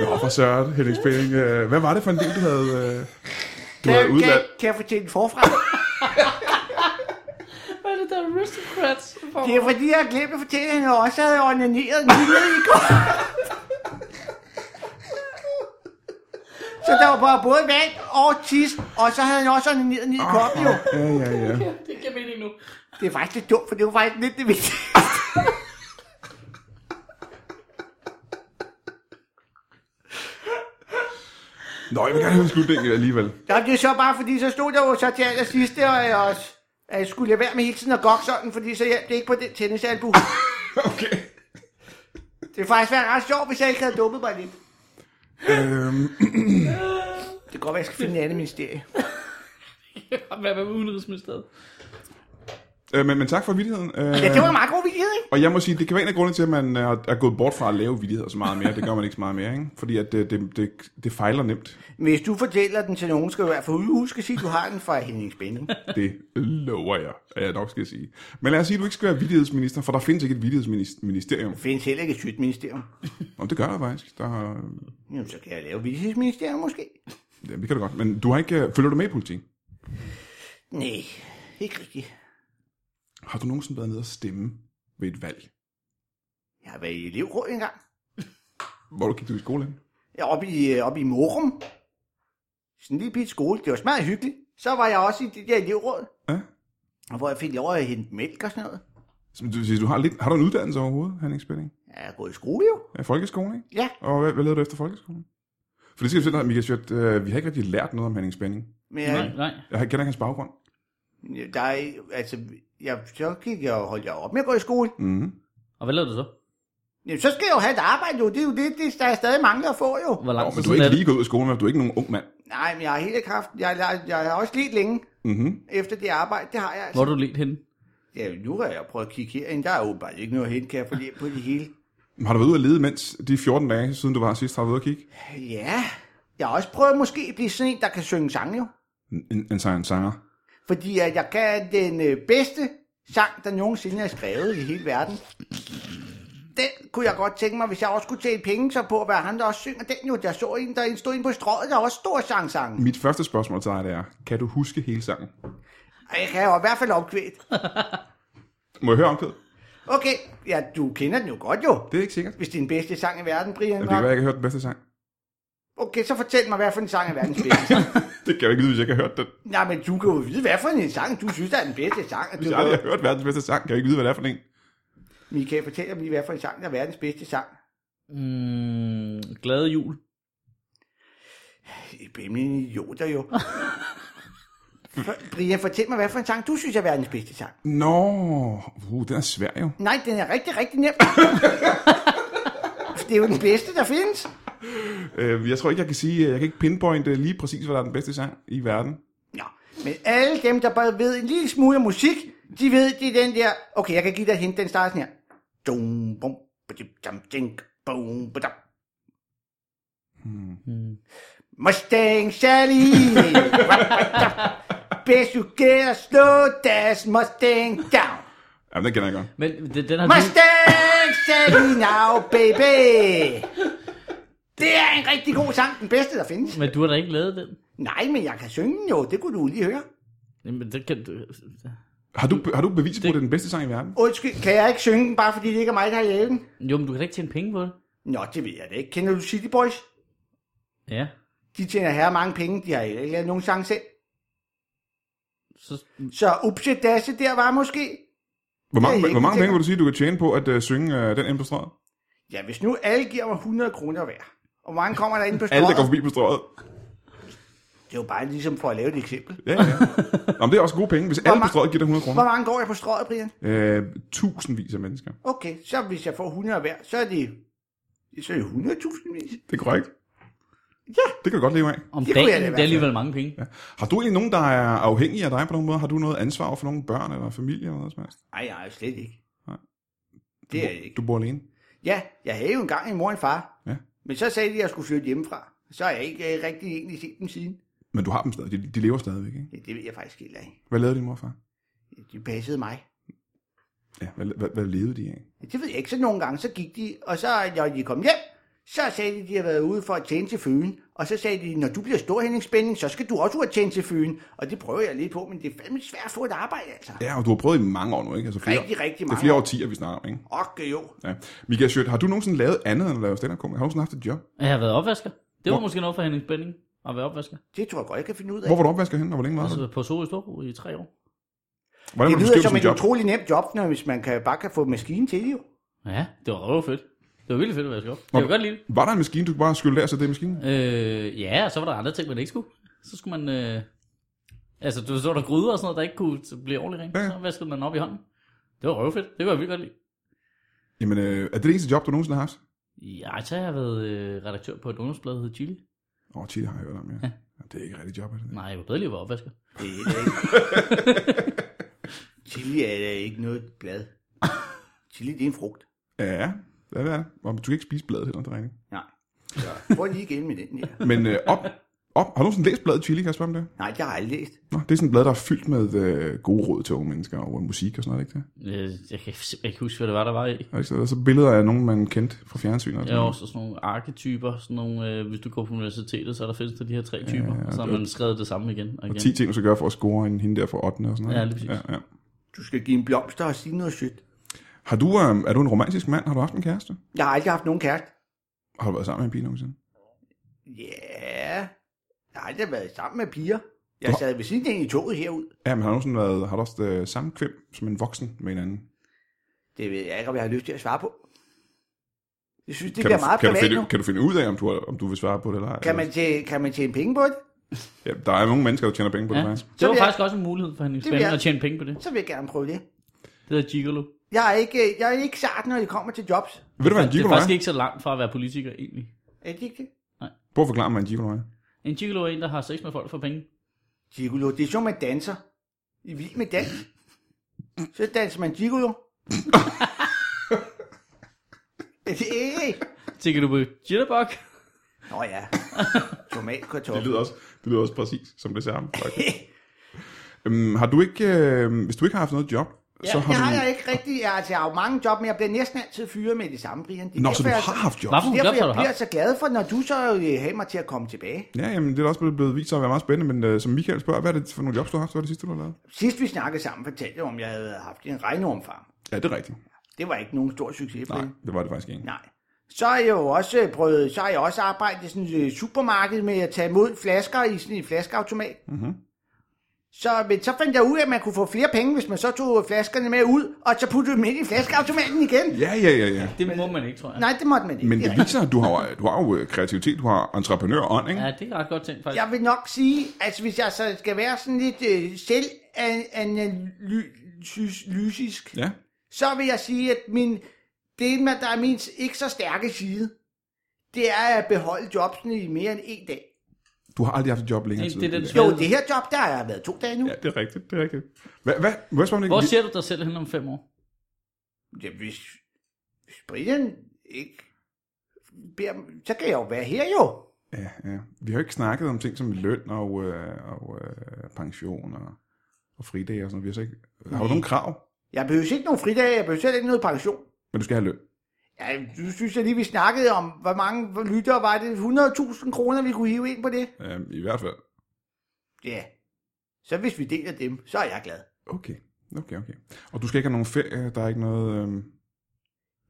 [SPEAKER 1] Nå, for søren, Henning Spilling. Øh, Hvad var det for en del, du havde... øh, Du havde
[SPEAKER 3] Hvem kan,
[SPEAKER 1] udvalgt?
[SPEAKER 3] kan jeg fortælle den forfra?
[SPEAKER 5] Hvad er det der aristocrats? Hvor-
[SPEAKER 3] Det er fordi, jeg glemte at fortælle, at han også havde onaneret en lille i går. Så der var bare både vand og tis, og så havde han også onaneret en lille kop, jo.
[SPEAKER 1] Ja, ja, ja.
[SPEAKER 5] Det giver mening nu.
[SPEAKER 3] Det er faktisk lidt dumt, for det var faktisk lidt det vigtige.
[SPEAKER 1] Nå, jeg vil gerne høre slutningen alligevel.
[SPEAKER 3] Nå, det er så bare, fordi så stod der jo så til allersidst, og jeg også at jeg skulle lade være med hele tiden at gokke sådan, fordi så hjalp det ikke på den tennisalbu.
[SPEAKER 1] Okay.
[SPEAKER 3] Det ville faktisk være ret sjovt, hvis jeg ikke havde dumpet mig lidt.
[SPEAKER 1] Øhm,
[SPEAKER 3] Det kan godt være, jeg skal finde en anden ministerie.
[SPEAKER 5] Hvad med udenrigsministeriet?
[SPEAKER 1] øh, men, men tak for vittigheden. Øh,
[SPEAKER 3] Ja, det var en meget god vidighed, ikke?
[SPEAKER 1] Og jeg må sige, det kan være en af grundene til, at man øh, er gået bort fra at lave vittigheder så meget mere. Det gør man ikke så meget mere, ikke? Fordi at øh, det, det, det, det fejler nemt.
[SPEAKER 3] Hvis du fortæller den til nogen, skal du i hvert fald huske at sige, at du har den fra Henning Spænding.
[SPEAKER 1] Det lover jeg, at jeg nok skal sige. Men lad os sige, at du ikke skal være vittighedsminister, for der findes ikke et vittighedsministerium.
[SPEAKER 3] Der findes heller ikke et sygtministerium.
[SPEAKER 1] Om det gør der faktisk. Der, er-
[SPEAKER 3] Jamen, så kan jeg lave visesministerium måske.
[SPEAKER 1] ja, vi kan det godt. Men du har ikke, øh, følger du med i politik?
[SPEAKER 3] Nej, ikke rigtigt.
[SPEAKER 1] Har du nogensinde været nede og stemme ved et valg?
[SPEAKER 3] Jeg har været i elevråd engang.
[SPEAKER 1] Hvor du gik du i skole hen?
[SPEAKER 3] Jeg er oppe i, øh, oppe i Morum. Sådan lige bitte skole. Det var smadret hyggeligt. Så var jeg også i det der elevråd.
[SPEAKER 1] Ja.
[SPEAKER 3] Og hvor jeg fik lov at hente mælk og sådan noget.
[SPEAKER 1] Som du, siger, du har, lidt, har du en uddannelse overhovedet, Henning Spilling?
[SPEAKER 3] Jeg er gået i skole jo.
[SPEAKER 1] Ja, folkeskole, ikke?
[SPEAKER 3] Ja,
[SPEAKER 1] Og hvad, hvad lavede du efter folkeskolen? For det skal vi sige, dig, Michael Schødt, øh, vi har ikke rigtig lært noget om Henning Spænding.
[SPEAKER 3] men
[SPEAKER 2] Nej,
[SPEAKER 3] jeg,
[SPEAKER 2] nej.
[SPEAKER 1] Jeg kender ikke hans baggrund.
[SPEAKER 3] der er, altså, jeg, så gik jeg og holdt jeg op med at gå i skole.
[SPEAKER 1] Mm.
[SPEAKER 2] Og hvad lavede du så?
[SPEAKER 3] Jamen, så skal jeg jo have et arbejde jo. Det er jo det, det der er stadig mange, der får jo.
[SPEAKER 2] Hvor lang
[SPEAKER 1] Nå,
[SPEAKER 2] tid
[SPEAKER 1] men du er
[SPEAKER 2] siden er
[SPEAKER 1] ikke
[SPEAKER 2] det?
[SPEAKER 1] lige gået ud af skolen, men du er ikke nogen ung mand.
[SPEAKER 3] Nej, men jeg har hele kraften. Jeg, jeg, jeg har også lidt længe
[SPEAKER 1] Mm-hmm.
[SPEAKER 3] efter det arbejde. Det har jeg altså.
[SPEAKER 2] Hvor er du lidt henne?
[SPEAKER 3] Ja, nu har jeg prøvet at kigge herind. Der er jo bare ikke noget hen, kan jeg få lidt på det hele.
[SPEAKER 1] Har du været ude at lede, mens de 14 dage, siden du var her sidst, har du været ude at kigge?
[SPEAKER 3] Ja, jeg har også prøvet måske at blive sådan en, der kan synge sang jo.
[SPEAKER 1] En, en, en sanger.
[SPEAKER 3] Fordi at jeg kan den øh, bedste sang, der nogensinde er skrevet i hele verden. Den kunne jeg godt tænke mig, hvis jeg også kunne tjene penge så på, hvad han der også synger. Den jo, der så en, der stod inde på strøget, der også stor sang sang.
[SPEAKER 1] Mit første spørgsmål til dig det er, kan du huske hele sangen?
[SPEAKER 3] Og jeg kan jo i hvert fald opkvædt.
[SPEAKER 1] Må jeg høre omkvædet?
[SPEAKER 3] Okay, ja, du kender den jo godt jo.
[SPEAKER 1] Det er ikke sikkert.
[SPEAKER 3] Hvis det er den bedste sang i verden,
[SPEAKER 1] Ja,
[SPEAKER 3] Brian.
[SPEAKER 1] det kan være,
[SPEAKER 3] Mørk.
[SPEAKER 1] jeg ikke har hørt den bedste sang.
[SPEAKER 3] Okay, så fortæl mig, hvad for en sang er verdens bedste.
[SPEAKER 1] Det kan jeg jo ikke vide, hvis jeg ikke har hørt den.
[SPEAKER 3] Nej, men du kan jo vide, hvad for en sang, du synes er den bedste sang.
[SPEAKER 1] Hvis
[SPEAKER 3] Du
[SPEAKER 1] jeg
[SPEAKER 3] kan
[SPEAKER 1] aldrig
[SPEAKER 3] jo-
[SPEAKER 1] har hørt verdens bedste sang, kan jeg ikke vide, hvad det er for en.
[SPEAKER 3] Michael, fortæl mig lige, hvad for en sang der er verdens bedste sang.
[SPEAKER 2] Mm, glade jul.
[SPEAKER 3] Det er bimlende idioter jo. For- Brian, fortæl mig, hvad for en sang du synes er verdens bedste sang.
[SPEAKER 1] Nå, uh, den er svær jo.
[SPEAKER 3] Nej, den er rigtig, rigtig nem. det er jo den bedste, der findes.
[SPEAKER 1] Øh, jeg tror ikke, jeg kan sige, jeg kan ikke pinpointe lige præcis, hvad der er den bedste sang i verden.
[SPEAKER 3] Nå, men alle dem, der bare ved en lille smule af musik, de ved, det er den der... Okay, jeg kan give dig et hint, den starter sådan her. Dum, bum, badum, dum, dink, bum, badum. Mustang Sally. Best you get slow dash Mustang down.
[SPEAKER 1] Jamen, den kender jeg godt.
[SPEAKER 2] Men den, den har du...
[SPEAKER 3] Mustang Sally now, baby. Det er en rigtig god sang, den bedste, der findes.
[SPEAKER 2] Men du har da ikke lavet den.
[SPEAKER 3] Nej, men jeg kan synge den jo, det kunne du lige høre.
[SPEAKER 2] Jamen, det kan du...
[SPEAKER 1] Har du, har du bevis på, at det er den bedste sang i verden?
[SPEAKER 3] Undskyld, kan jeg ikke synge den, bare fordi det ikke er mig, der har lavet den?
[SPEAKER 2] Jo, men du kan da ikke tjene penge på det.
[SPEAKER 3] Nå, det ved jeg da ikke. Kender du City Boys?
[SPEAKER 2] Ja.
[SPEAKER 3] De tjener her mange penge, de har ikke lavet nogen sang selv.
[SPEAKER 2] Så,
[SPEAKER 3] Så upse dasse der var måske.
[SPEAKER 1] Hvor
[SPEAKER 3] Det er
[SPEAKER 1] mange,
[SPEAKER 3] ikke
[SPEAKER 1] hvor mange
[SPEAKER 3] sikkert.
[SPEAKER 1] penge vil du sige, du kan tjene på at uh, synge uh, den ind på strøget?
[SPEAKER 3] Ja, hvis nu alle giver mig 100 kroner hver, og hvor mange kommer der ind på
[SPEAKER 1] Alle, der går
[SPEAKER 3] strøget?
[SPEAKER 1] forbi på strøget.
[SPEAKER 3] Det er jo bare ligesom for at lave et eksempel.
[SPEAKER 1] Ja, ja. Nå, men det er også gode penge, hvis alle på
[SPEAKER 3] mange-
[SPEAKER 1] strøget giver dig 100
[SPEAKER 3] Hvor
[SPEAKER 1] kroner.
[SPEAKER 3] mange går jeg på strøget, Brian?
[SPEAKER 1] Øh, tusindvis af mennesker.
[SPEAKER 3] Okay, så hvis jeg får 100 hver, så er det, så er det 100.000 vis.
[SPEAKER 1] Det er korrekt.
[SPEAKER 3] Ja.
[SPEAKER 1] Det kan du godt leve af.
[SPEAKER 2] om
[SPEAKER 3] Det kunne
[SPEAKER 2] dagen,
[SPEAKER 3] jeg da
[SPEAKER 2] det
[SPEAKER 3] i hvert
[SPEAKER 2] er
[SPEAKER 3] fald.
[SPEAKER 2] alligevel mange penge. Ja.
[SPEAKER 1] Har du egentlig nogen, der er afhængige af dig på nogen måde? Har du noget ansvar for nogle børn eller familie eller noget som helst?
[SPEAKER 3] Nej, nej, slet ikke.
[SPEAKER 1] Nej.
[SPEAKER 3] Det er jeg ikke.
[SPEAKER 1] Du bor alene?
[SPEAKER 3] Ja, jeg havde jo engang en mor og en far.
[SPEAKER 1] Ja.
[SPEAKER 3] Men så sagde de, at jeg skulle flytte hjemmefra. Så har jeg ikke øh, rigtig egentlig set dem siden.
[SPEAKER 1] Men du har dem stadig. De, de lever stadigvæk, ikke?
[SPEAKER 3] Ja, det ved jeg faktisk heller ikke.
[SPEAKER 1] Hvad lavede din mor og far?
[SPEAKER 3] De passede mig.
[SPEAKER 1] Ja, hvad, hvad, hvad levede de af?
[SPEAKER 3] Ja, Det ved jeg ikke. Så nogle gange, så gik de, og så når de kom hjem, så sagde de, at de har været ude for at tjene til Fyn. Og så sagde de, når du bliver stor Henning Spænding, så skal du også ud og tjene til Fyn. Og det prøver jeg lidt på, men det er fandme svært at få et arbejde, altså.
[SPEAKER 1] Ja, og du har prøvet i mange år nu, ikke? Altså
[SPEAKER 3] Rigtig, rigtig
[SPEAKER 1] Det
[SPEAKER 3] mange
[SPEAKER 1] er flere
[SPEAKER 3] år.
[SPEAKER 1] årtier, vi snakker om, ikke?
[SPEAKER 3] Ok, jo.
[SPEAKER 1] Ja. Michael Schødt, har du nogensinde lavet andet end at lave stand Har du nogensinde haft et job?
[SPEAKER 2] Jeg har været opvasker. Det var
[SPEAKER 1] Hvor-
[SPEAKER 2] måske noget for Henning Spænding at være opvasker.
[SPEAKER 3] Det tror jeg godt, jeg kan finde ud af.
[SPEAKER 1] Hvor var du opvasker henne, og hvor længe var du?
[SPEAKER 2] Altså på Soho i Storbro i tre år.
[SPEAKER 1] Hvordan var
[SPEAKER 3] Det
[SPEAKER 1] du
[SPEAKER 3] lyder
[SPEAKER 1] beskrive
[SPEAKER 3] som
[SPEAKER 1] som
[SPEAKER 3] et
[SPEAKER 1] job?
[SPEAKER 3] utrolig nemt job, når, hvis man kan, bare kan få maskinen til det jo.
[SPEAKER 2] Ja, det var røv fedt. Det var virkelig fedt at vaske op. Jeg kan godt lide det.
[SPEAKER 1] Var der en maskine, du kunne bare skylle af, så det er maskinen?
[SPEAKER 2] Øh, ja, og så var der andre ting, man ikke skulle. Så skulle man... Øh, altså, du så var der gryder og sådan noget, der ikke kunne blive ordentligt rent.
[SPEAKER 1] Ja, ja.
[SPEAKER 2] Så vaskede man op i hånden. Det var røvfedt. Det kunne jeg virkelig godt lide.
[SPEAKER 1] Jamen, øh, er det det eneste job, du nogensinde har haft?
[SPEAKER 2] Ja, så har jeg været øh, redaktør på et ungdomsblad, der hedder Chili.
[SPEAKER 1] Åh, oh, Chile har jeg hørt om, ja. ja. Det er ikke et rigtigt job, er det?
[SPEAKER 2] Nej, jeg kunne bedre lige være opvasker.
[SPEAKER 3] Det er det ikke. Chili er da ikke noget blad. Chili, det er en frugt.
[SPEAKER 1] Ja, det er det. Og du kan ikke spise bladet heller, det er rigtigt.
[SPEAKER 3] Nej. Så prøv lige igen med den her.
[SPEAKER 1] Men øh, op, op, har du nogensinde læst bladet Chili, kan jeg spørge om det?
[SPEAKER 3] Nej, det har jeg aldrig læst.
[SPEAKER 1] Nå, det er sådan et blad, der er fyldt med øh, gode råd til unge mennesker og musik og sådan noget, ikke det?
[SPEAKER 2] Øh, jeg kan simpelthen ikke huske, hvad det var, der var i.
[SPEAKER 1] Og så, så altså, billeder af nogen, man kendte fra fjernsynet. og
[SPEAKER 2] Jeg
[SPEAKER 1] sådan
[SPEAKER 2] har
[SPEAKER 1] noget.
[SPEAKER 2] også sådan nogle arketyper, sådan nogle, øh, hvis du går på universitetet, så er der findes der de her tre typer,
[SPEAKER 1] ja,
[SPEAKER 2] og så har
[SPEAKER 1] det-
[SPEAKER 2] man skrevet det samme igen og igen.
[SPEAKER 1] Og 10 ting, du skal gøre for at score en hende der fra 8. og sådan noget.
[SPEAKER 2] Ja, lige præcis.
[SPEAKER 1] Ja, ja.
[SPEAKER 3] Du skal give en blomster og sige noget sødt.
[SPEAKER 1] Har du, øh, er du en romantisk mand? Har du haft en kæreste?
[SPEAKER 3] Jeg har aldrig haft nogen kæreste.
[SPEAKER 1] Har du været sammen med en pige nogensinde?
[SPEAKER 3] Ja. Jeg har aldrig været sammen med piger. Jeg
[SPEAKER 1] Du har-
[SPEAKER 3] sad ved siden af hende i toget herud.
[SPEAKER 1] Ja, men har du nogensinde været, har du også øh, samme kvæm som en voksen med en anden?
[SPEAKER 3] Det ved jeg ikke, om jeg har lyst til at svare på. Jeg synes, det
[SPEAKER 1] kan
[SPEAKER 3] bliver
[SPEAKER 1] du,
[SPEAKER 3] meget
[SPEAKER 1] kan, du
[SPEAKER 3] privat
[SPEAKER 1] finde,
[SPEAKER 3] nu.
[SPEAKER 1] kan du finde ud af, om du, har- om du vil svare på det eller ej?
[SPEAKER 3] Kan man, tjene, kan man tjene penge på det?
[SPEAKER 1] Ja, der er nogle mennesker, der tjener penge på det,
[SPEAKER 2] Ja,
[SPEAKER 1] faktisk.
[SPEAKER 2] det
[SPEAKER 3] vil
[SPEAKER 2] var
[SPEAKER 3] jeg-
[SPEAKER 2] faktisk også en mulighed for Henning
[SPEAKER 3] Det vil
[SPEAKER 2] Spænding
[SPEAKER 3] jeg-
[SPEAKER 2] at tjene penge på det.
[SPEAKER 3] Så vil jeg gerne prøve det.
[SPEAKER 2] Det hedder Gigolo.
[SPEAKER 3] Jeg er ikke, jeg er ikke sart, når det kommer til jobs.
[SPEAKER 1] Ved du, hvad en
[SPEAKER 2] det er
[SPEAKER 1] gigolo er?
[SPEAKER 2] faktisk ikke så langt fra at være politiker egentlig.
[SPEAKER 3] Er det ikke det?
[SPEAKER 1] Prøv at forklare mig, hvad en gigolo er.
[SPEAKER 2] En gigolo er en, der har sex med folk for penge.
[SPEAKER 3] Gigolo, det er som man danser. I vild med dans. Så danser man gigolo. Er det ikke?
[SPEAKER 2] Tænker du på jitterbug?
[SPEAKER 3] Nå ja.
[SPEAKER 1] Det
[SPEAKER 3] Tomatkartoffel.
[SPEAKER 1] lyder også, det lyder også præcis som det samme. faktisk. øhm, har du ikke, øh, hvis du ikke har haft noget job, så
[SPEAKER 3] Ja,
[SPEAKER 1] har
[SPEAKER 3] det
[SPEAKER 1] du...
[SPEAKER 3] har jeg ikke rigtig. Jeg, altså, jeg har jo mange job, men jeg bliver næsten altid fyret med det samme, Brian. Det er
[SPEAKER 1] Nå, så du
[SPEAKER 3] derfor,
[SPEAKER 1] har
[SPEAKER 3] jeg,
[SPEAKER 1] haft job.
[SPEAKER 2] Hvad for nogle
[SPEAKER 3] derfor,
[SPEAKER 2] jobs har
[SPEAKER 3] jeg
[SPEAKER 2] du
[SPEAKER 3] bliver
[SPEAKER 2] haft?
[SPEAKER 3] så glad for, når du så øh, har mig til at komme tilbage.
[SPEAKER 1] Ja, jamen, det er da også blevet vist sig at være meget spændende, men øh, som Michael spørger, hvad er det for nogle jobs, du har haft? Hvad er det sidste, du har lavet?
[SPEAKER 3] Sidst vi snakkede sammen, fortalte jeg, om jeg havde haft en regnormfarm.
[SPEAKER 1] Ja, det er rigtigt.
[SPEAKER 3] Det var ikke nogen stor succes,
[SPEAKER 1] Nej,
[SPEAKER 3] Brian.
[SPEAKER 1] det var det faktisk ikke.
[SPEAKER 3] Nej. Så har jeg jo også øh, prøvet, så har jeg også arbejdet i sådan et øh, supermarked med at tage imod flasker i sådan en flaskeautomat. Mm-hmm.
[SPEAKER 1] Mhm.
[SPEAKER 3] Så, men så fandt jeg ud af, at man kunne få flere penge, hvis man så tog flaskerne med ud, og så puttede dem ind i flaskeautomaten igen.
[SPEAKER 1] Ja, ja, ja, ja.
[SPEAKER 2] Det må man ikke, tror jeg.
[SPEAKER 3] Nej, det måtte man ikke.
[SPEAKER 1] Men
[SPEAKER 3] Det er
[SPEAKER 1] det
[SPEAKER 3] rigtigt.
[SPEAKER 1] viser, at du har, du har jo øh, kreativitet, du har entreprenørånd, ikke?
[SPEAKER 2] Ja, det er ret godt tænkt, faktisk.
[SPEAKER 3] Jeg vil nok sige, at hvis jeg så skal være sådan lidt øh, selvanalysisk,
[SPEAKER 1] Ja.
[SPEAKER 3] så vil jeg sige, at min, det, man- der er min ikke så stærke side, det er at beholde jobsene i mere end en dag.
[SPEAKER 1] Du har aldrig haft et job længere
[SPEAKER 2] Det- det er den
[SPEAKER 1] Ja.
[SPEAKER 3] Jo, det her job, der har jeg været to dage nu.
[SPEAKER 1] Ja, det er rigtigt, det er rigtigt. Hvad, hvad, hvad spørger
[SPEAKER 2] Hvor
[SPEAKER 1] man ikke?
[SPEAKER 2] ser du dig selv hen om fem år?
[SPEAKER 3] Ja, hvis, hvis Brian ikke beder, så kan jeg jo være her jo.
[SPEAKER 1] Ja, ja. Vi har jo ikke snakket om ting som løn og, øh, og øh, pension og, og fridage og sådan noget. Vi har, så ikke, har du nogen krav?
[SPEAKER 3] Jeg behøver ikke nogen fridage, jeg behøver selv ikke noget pension.
[SPEAKER 1] Men du skal have løn.
[SPEAKER 3] Ja, du synes jeg lige, vi snakkede om, hvor mange lyttere var det? 100.000 kroner, vi kunne hive ind på det?
[SPEAKER 1] Øhm, I hvert fald.
[SPEAKER 3] Ja. Så hvis vi deler dem, så er jeg glad.
[SPEAKER 1] Okay. Okay, okay. Og du skal ikke have nogen ferie, der er ikke noget, øh,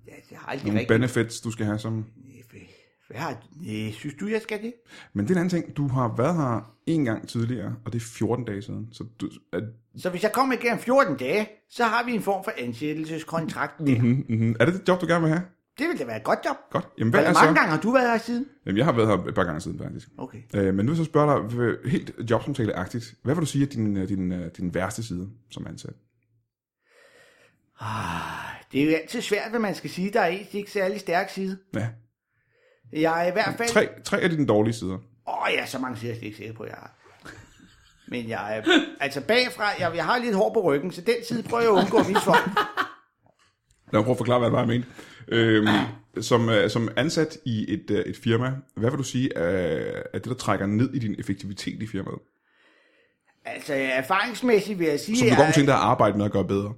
[SPEAKER 3] Ja, det har aldrig
[SPEAKER 1] nogen
[SPEAKER 3] rigtig...
[SPEAKER 1] benefits, du skal have som...
[SPEAKER 3] Hvad har... Næh, synes du, jeg skal det?
[SPEAKER 1] Men det er en anden ting, du har været her en gang tidligere, og det er 14 dage siden. Så du, er,
[SPEAKER 3] Så hvis jeg kommer igen om 14 dage, så har vi en form for ansættelseskontrakt. Mm-hmm.
[SPEAKER 1] mm, mm, er det det job, du gerne vil have?
[SPEAKER 3] Det ville da være et godt job.
[SPEAKER 1] Godt. Jamen, hvad
[SPEAKER 3] Hvor
[SPEAKER 1] er
[SPEAKER 3] mange
[SPEAKER 1] så?
[SPEAKER 3] gange har du været her siden?
[SPEAKER 1] Jamen, jeg har været her et par gange siden, faktisk.
[SPEAKER 3] Okay.
[SPEAKER 1] Øh, men nu vil jeg så spørge dig, øh, helt jobsamtale-agtigt, hvad vil du sige er din, øh, din, øh, din værste side som ansat? Ah.
[SPEAKER 3] Det er jo altid svært, hvad man skal sige. Der er ens ikke særlig stærk side.
[SPEAKER 1] Ja.
[SPEAKER 3] Jeg er i hvert fald...
[SPEAKER 1] Tre, tre af dine dårlige sider.
[SPEAKER 3] Åh, oh, ja, så mange sider er jeg slet ikke sikker på, jeg har. Men jeg er... Altså bagfra, jeg, jeg har lidt hår på ryggen, så den side prøver jeg at undgå at vise folk.
[SPEAKER 1] Lad mig prøve at forklare, hvad det var, jeg mente. Øhm, som, øh, som ansat i et, øh, et firma, hvad vil du sige er, er det, der trækker ned i din effektivitet i firmaet?
[SPEAKER 3] Altså erfaringsmæssigt vil jeg sige,
[SPEAKER 1] Som du godt
[SPEAKER 3] at
[SPEAKER 1] kunne tænke dig at arbejde med at gøre bedre.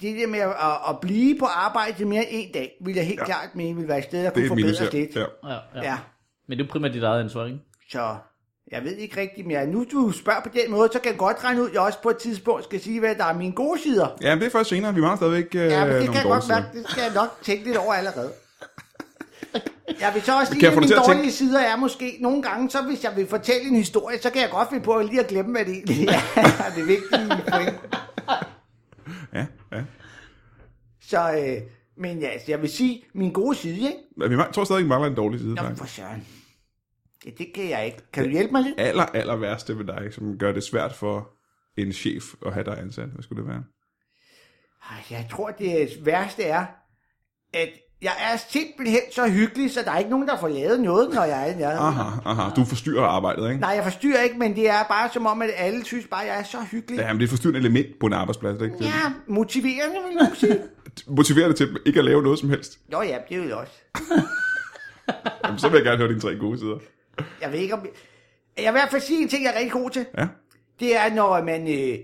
[SPEAKER 3] det der med at, at- at blive på arbejde til mere end en dag, vil jeg helt ja. klart mene, vil være et sted, der
[SPEAKER 1] Det
[SPEAKER 3] kunne
[SPEAKER 1] er et minus
[SPEAKER 3] forbedres
[SPEAKER 1] her.
[SPEAKER 3] lidt.
[SPEAKER 1] Ja.
[SPEAKER 2] Ja, ja.
[SPEAKER 3] ja.
[SPEAKER 2] Men det er jo primært dit eget ansvar, ikke?
[SPEAKER 3] Så jeg ved ikke rigtigt, men jeg, nu du spørger på den måde, så kan jeg godt regne ud, at jeg også på et tidspunkt skal sige, hvad der er mine gode sider.
[SPEAKER 1] ja, men det er først senere. Vi mangler stadigvæk øh,
[SPEAKER 3] Ja, men det
[SPEAKER 1] nogle
[SPEAKER 3] kan jeg
[SPEAKER 1] dårlige
[SPEAKER 3] godt
[SPEAKER 1] sider.
[SPEAKER 3] mærke, det skal jeg nok tænke lidt over allerede. Jeg vil så også
[SPEAKER 1] Kan
[SPEAKER 3] sige,
[SPEAKER 1] jeg
[SPEAKER 3] at
[SPEAKER 1] få dig
[SPEAKER 3] mine
[SPEAKER 1] til at
[SPEAKER 3] dårlige
[SPEAKER 1] tænke-
[SPEAKER 3] tænke... sider er måske nogle gange, så hvis jeg vil fortælle en historie, så kan jeg godt finde på lige at glemme, hvad det egentlig er. det vigtige point.
[SPEAKER 1] Ja, ja.
[SPEAKER 3] Så, øh, men ja, altså, jeg vil sige, min gode side, ikke?
[SPEAKER 1] Men Vi mangler- tror stadig, vi mangler en dårlig side.
[SPEAKER 3] Nå,
[SPEAKER 1] faktisk.
[SPEAKER 3] for søren. Ja, det kan jeg ikke. Kan du hjælpe mig lidt?
[SPEAKER 1] Aller, aller værste ved dig, som gør det svært for en chef at have dig ansat. Hvad skulle det være?
[SPEAKER 3] Ej, Jeg tror, det værste er, at jeg er simpelthen så hyggelig, så der er ikke nogen, der får lavet noget, når jeg er i nærheden.
[SPEAKER 1] Aha, aha. Du forstyrrer arbejdet, ikke?
[SPEAKER 3] Nej, jeg forstyrrer ikke, men det er bare som om, at alle synes bare, at jeg er så hyggelig.
[SPEAKER 1] Ja, men det er et forstyrrende element på en arbejdsplads, ikke? Det
[SPEAKER 3] Ja, motiverende, vil jeg nok sige.
[SPEAKER 1] motiverer det til ikke at lave noget som helst.
[SPEAKER 3] Nå ja, det vil jeg også.
[SPEAKER 1] Jamen, så vil jeg gerne høre dine tre gode sider.
[SPEAKER 3] Jeg ved ikke om... Jeg vil i hvert fald sige en ting, jeg er rigtig god til.
[SPEAKER 1] Ja.
[SPEAKER 3] Det er, når man... Øh,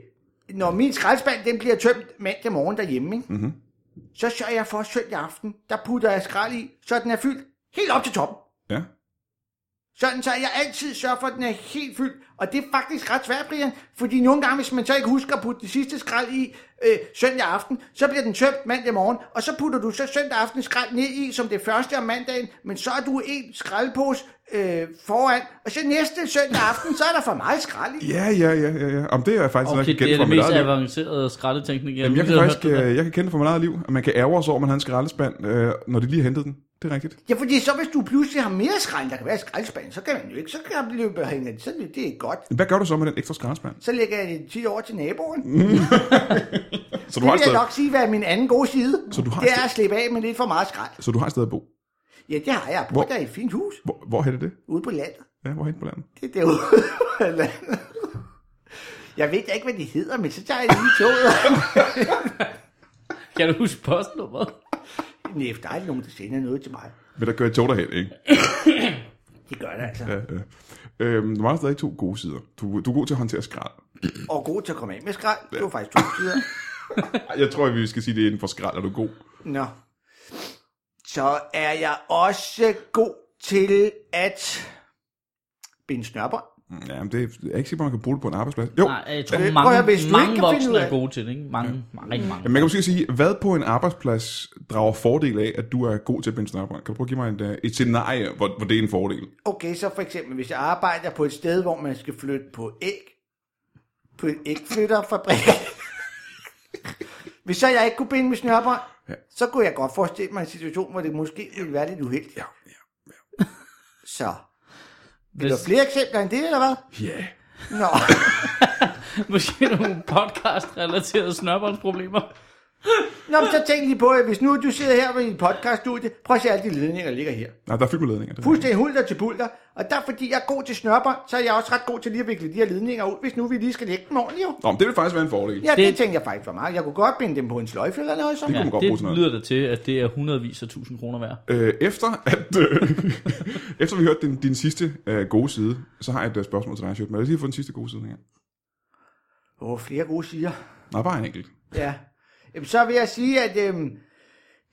[SPEAKER 3] når min skraldespand, den bliver tømt mandag morgen derhjemme, ikke? Mm-hmm. så sørger jeg for søndag aften, der putter jeg skrald i, så den er fyldt helt op til toppen.
[SPEAKER 1] Ja.
[SPEAKER 3] Sådan så jeg altid sørger for, at den er helt fyldt. Og det er faktisk ret svært, Brian. Fordi nogle gange, hvis man så ikke husker at putte det sidste skrald i øh, søndag aften, så bliver den tømt mandag morgen. Og så putter du så søndag aften skrald ned i som det første om mandagen. Men så er du en skraldpose øh, foran. Og så næste søndag aften, så er der for meget skrald i.
[SPEAKER 1] Ja, ja, ja, ja, ja. Om det er jeg faktisk
[SPEAKER 2] Okay,
[SPEAKER 1] okay,
[SPEAKER 2] det
[SPEAKER 1] kendt
[SPEAKER 2] er
[SPEAKER 1] fra
[SPEAKER 2] det
[SPEAKER 1] mit
[SPEAKER 2] mest
[SPEAKER 1] eget liv.
[SPEAKER 2] avancerede skraldeteknik, jeg,
[SPEAKER 1] Jamen, jeg kan
[SPEAKER 2] nogensinde har
[SPEAKER 1] faktisk
[SPEAKER 2] hørt det der.
[SPEAKER 1] øh, jeg kan kende det fra mit eget liv, at man kan ærge sig over, at man har en skraldespand, øh, når de lige hentede den. Det er rigtigt.
[SPEAKER 3] Ja, fordi så hvis du pludselig har mere skrald, der kan være i skraldespanden, så kan man jo ikke. Så kan man løbe og hænge det. Så det er ikke godt.
[SPEAKER 1] Hvad gør du så med den ekstra skraldespand?
[SPEAKER 3] Så lægger jeg det 10 år til naboen.
[SPEAKER 1] Mm, Så du
[SPEAKER 3] Det
[SPEAKER 1] har
[SPEAKER 3] vil
[SPEAKER 1] et
[SPEAKER 3] jeg
[SPEAKER 1] sted,
[SPEAKER 3] nok sige, hvad er min anden gode side.
[SPEAKER 1] Så du har
[SPEAKER 3] det
[SPEAKER 1] et sted-
[SPEAKER 3] er at slippe af med lidt for meget skrald.
[SPEAKER 1] så du har et sted at bo.
[SPEAKER 3] Ja, det har jeg. Jeg
[SPEAKER 1] Hvor-
[SPEAKER 3] bor der i et fint hus
[SPEAKER 1] Hvor, hvor er det det?
[SPEAKER 3] ude på landet.
[SPEAKER 1] Ja, hvor hen på landet?
[SPEAKER 3] Det er derude på landet. Jeg ved da ikke, hvad de hedder, men så tager jeg lige toget.
[SPEAKER 2] Kan du huske postnummeret?
[SPEAKER 3] Nej, der er ikke nogen, der sender noget til mig.
[SPEAKER 1] Men der kører et tog derhen, ikke?
[SPEAKER 3] Det gør det altså.
[SPEAKER 1] Ja, ja. Øhm, du har stadig to gode sider. Du, du er god til at håndtere skrald.
[SPEAKER 3] Og god til at komme af med skrald. Det var faktisk to sider.
[SPEAKER 1] Ej, Jeg tror, vi skal sige, det er inden for skrald, er du god.
[SPEAKER 3] Nå. Så er jeg også god til at binde snørbånd.
[SPEAKER 1] Ja, men Mm, det er, jeg er ikke sikker på, at man kan bruge det på en arbejdsplads. Jo,
[SPEAKER 2] Nej, jeg tror,
[SPEAKER 3] Øh,
[SPEAKER 2] øh,
[SPEAKER 3] prøv
[SPEAKER 2] mange,
[SPEAKER 3] at høre, hvis du
[SPEAKER 2] mange
[SPEAKER 3] ikke kan finde
[SPEAKER 2] voksne
[SPEAKER 3] ud
[SPEAKER 2] er
[SPEAKER 3] af-
[SPEAKER 2] gode til det, ikke? Mange, mange, rigtig mange.
[SPEAKER 1] Jamen, man kan måske sige, hvad på en arbejdsplads drager fordel af, at du er god til at binde snørbånd? Kan du prøve at give mig et, øh, et scenarie, hvor, hvor det er en fordel?
[SPEAKER 3] Okay, så for eksempel, hvis jeg arbejder på et sted, hvor man skal flytte på æg, på en ægflytterfabrik, hvis så jeg ikke kunne binde med snørbånd, ja. så kunne jeg godt forestille mig en situation, hvor det måske ville være lidt uheldigt. Ja, ja, ja. Så, vil du
[SPEAKER 2] Hvis-
[SPEAKER 3] have flere eksempler end det, eller hvad?
[SPEAKER 1] Ja. Yeah.
[SPEAKER 3] Nå,
[SPEAKER 2] Måske nogle podcast-relaterede snørbåndsproblemer.
[SPEAKER 3] Nå men så tænk lige på, at hvis nu du sidder her ved din podcaststudie, prøv at se alle de ledninger, der ligger her.
[SPEAKER 1] Nej, der er fyldt med ledninger. Det er
[SPEAKER 3] Fuldstændig hulter til bulter, og der fordi jeg er god til snørbånd, så er jeg også ret god til lige at vikle de her ledninger ud, hvis nu vi lige skal lægge dem ordentligt jo.
[SPEAKER 1] rigtigt. Nå, men det vil faktisk være en fordel.
[SPEAKER 3] Ja, det,
[SPEAKER 2] Det-
[SPEAKER 3] det tænkte jeg faktisk for meget. Jeg kunne godt binde dem på en sløjfe eller noget sådan.
[SPEAKER 1] kunne man godt bruge til
[SPEAKER 2] det
[SPEAKER 1] noget.
[SPEAKER 2] lyder det til, at det er hundredvis af tusind kroner værd.
[SPEAKER 1] Øh, efter, at, øh, efter vi hørte din, din sidste øh, gode side, så har jeg et øh, spørgsmål til dig, Sjøt. Men jeg lige få den sidste gode side her.
[SPEAKER 3] Åh, oh, flere gode sider.
[SPEAKER 1] Nej, bare en enkelt.
[SPEAKER 3] Ja. Jamen, så vil jeg sige, at øhm,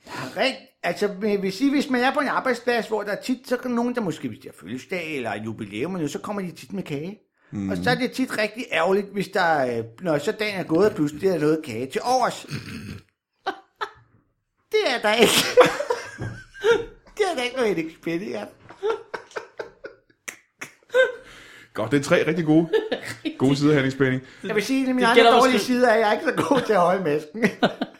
[SPEAKER 3] der er rigt, altså, men jeg vil sige, hvis man er på en arbejdsplads, hvor der er tit, så kan nogen, der måske, hvis de har fødselsdag eller et jubilæum, eller noget, så kommer de tit med kage. Mm. Og så er det tit rigtig ærgerligt, hvis der, øh, når så dagen er gået, og pludselig er noget kage til overs. det er der ikke. det er der ikke noget Henning Spænding i.
[SPEAKER 1] Godt, det er tre rigtig gode, gode sider af handlingsplaning.
[SPEAKER 3] Jeg vil sige, at min
[SPEAKER 5] Det
[SPEAKER 3] andre
[SPEAKER 5] gælder
[SPEAKER 3] dårlige
[SPEAKER 5] måske-
[SPEAKER 3] side er, at jeg er ikke så god til at holde masken.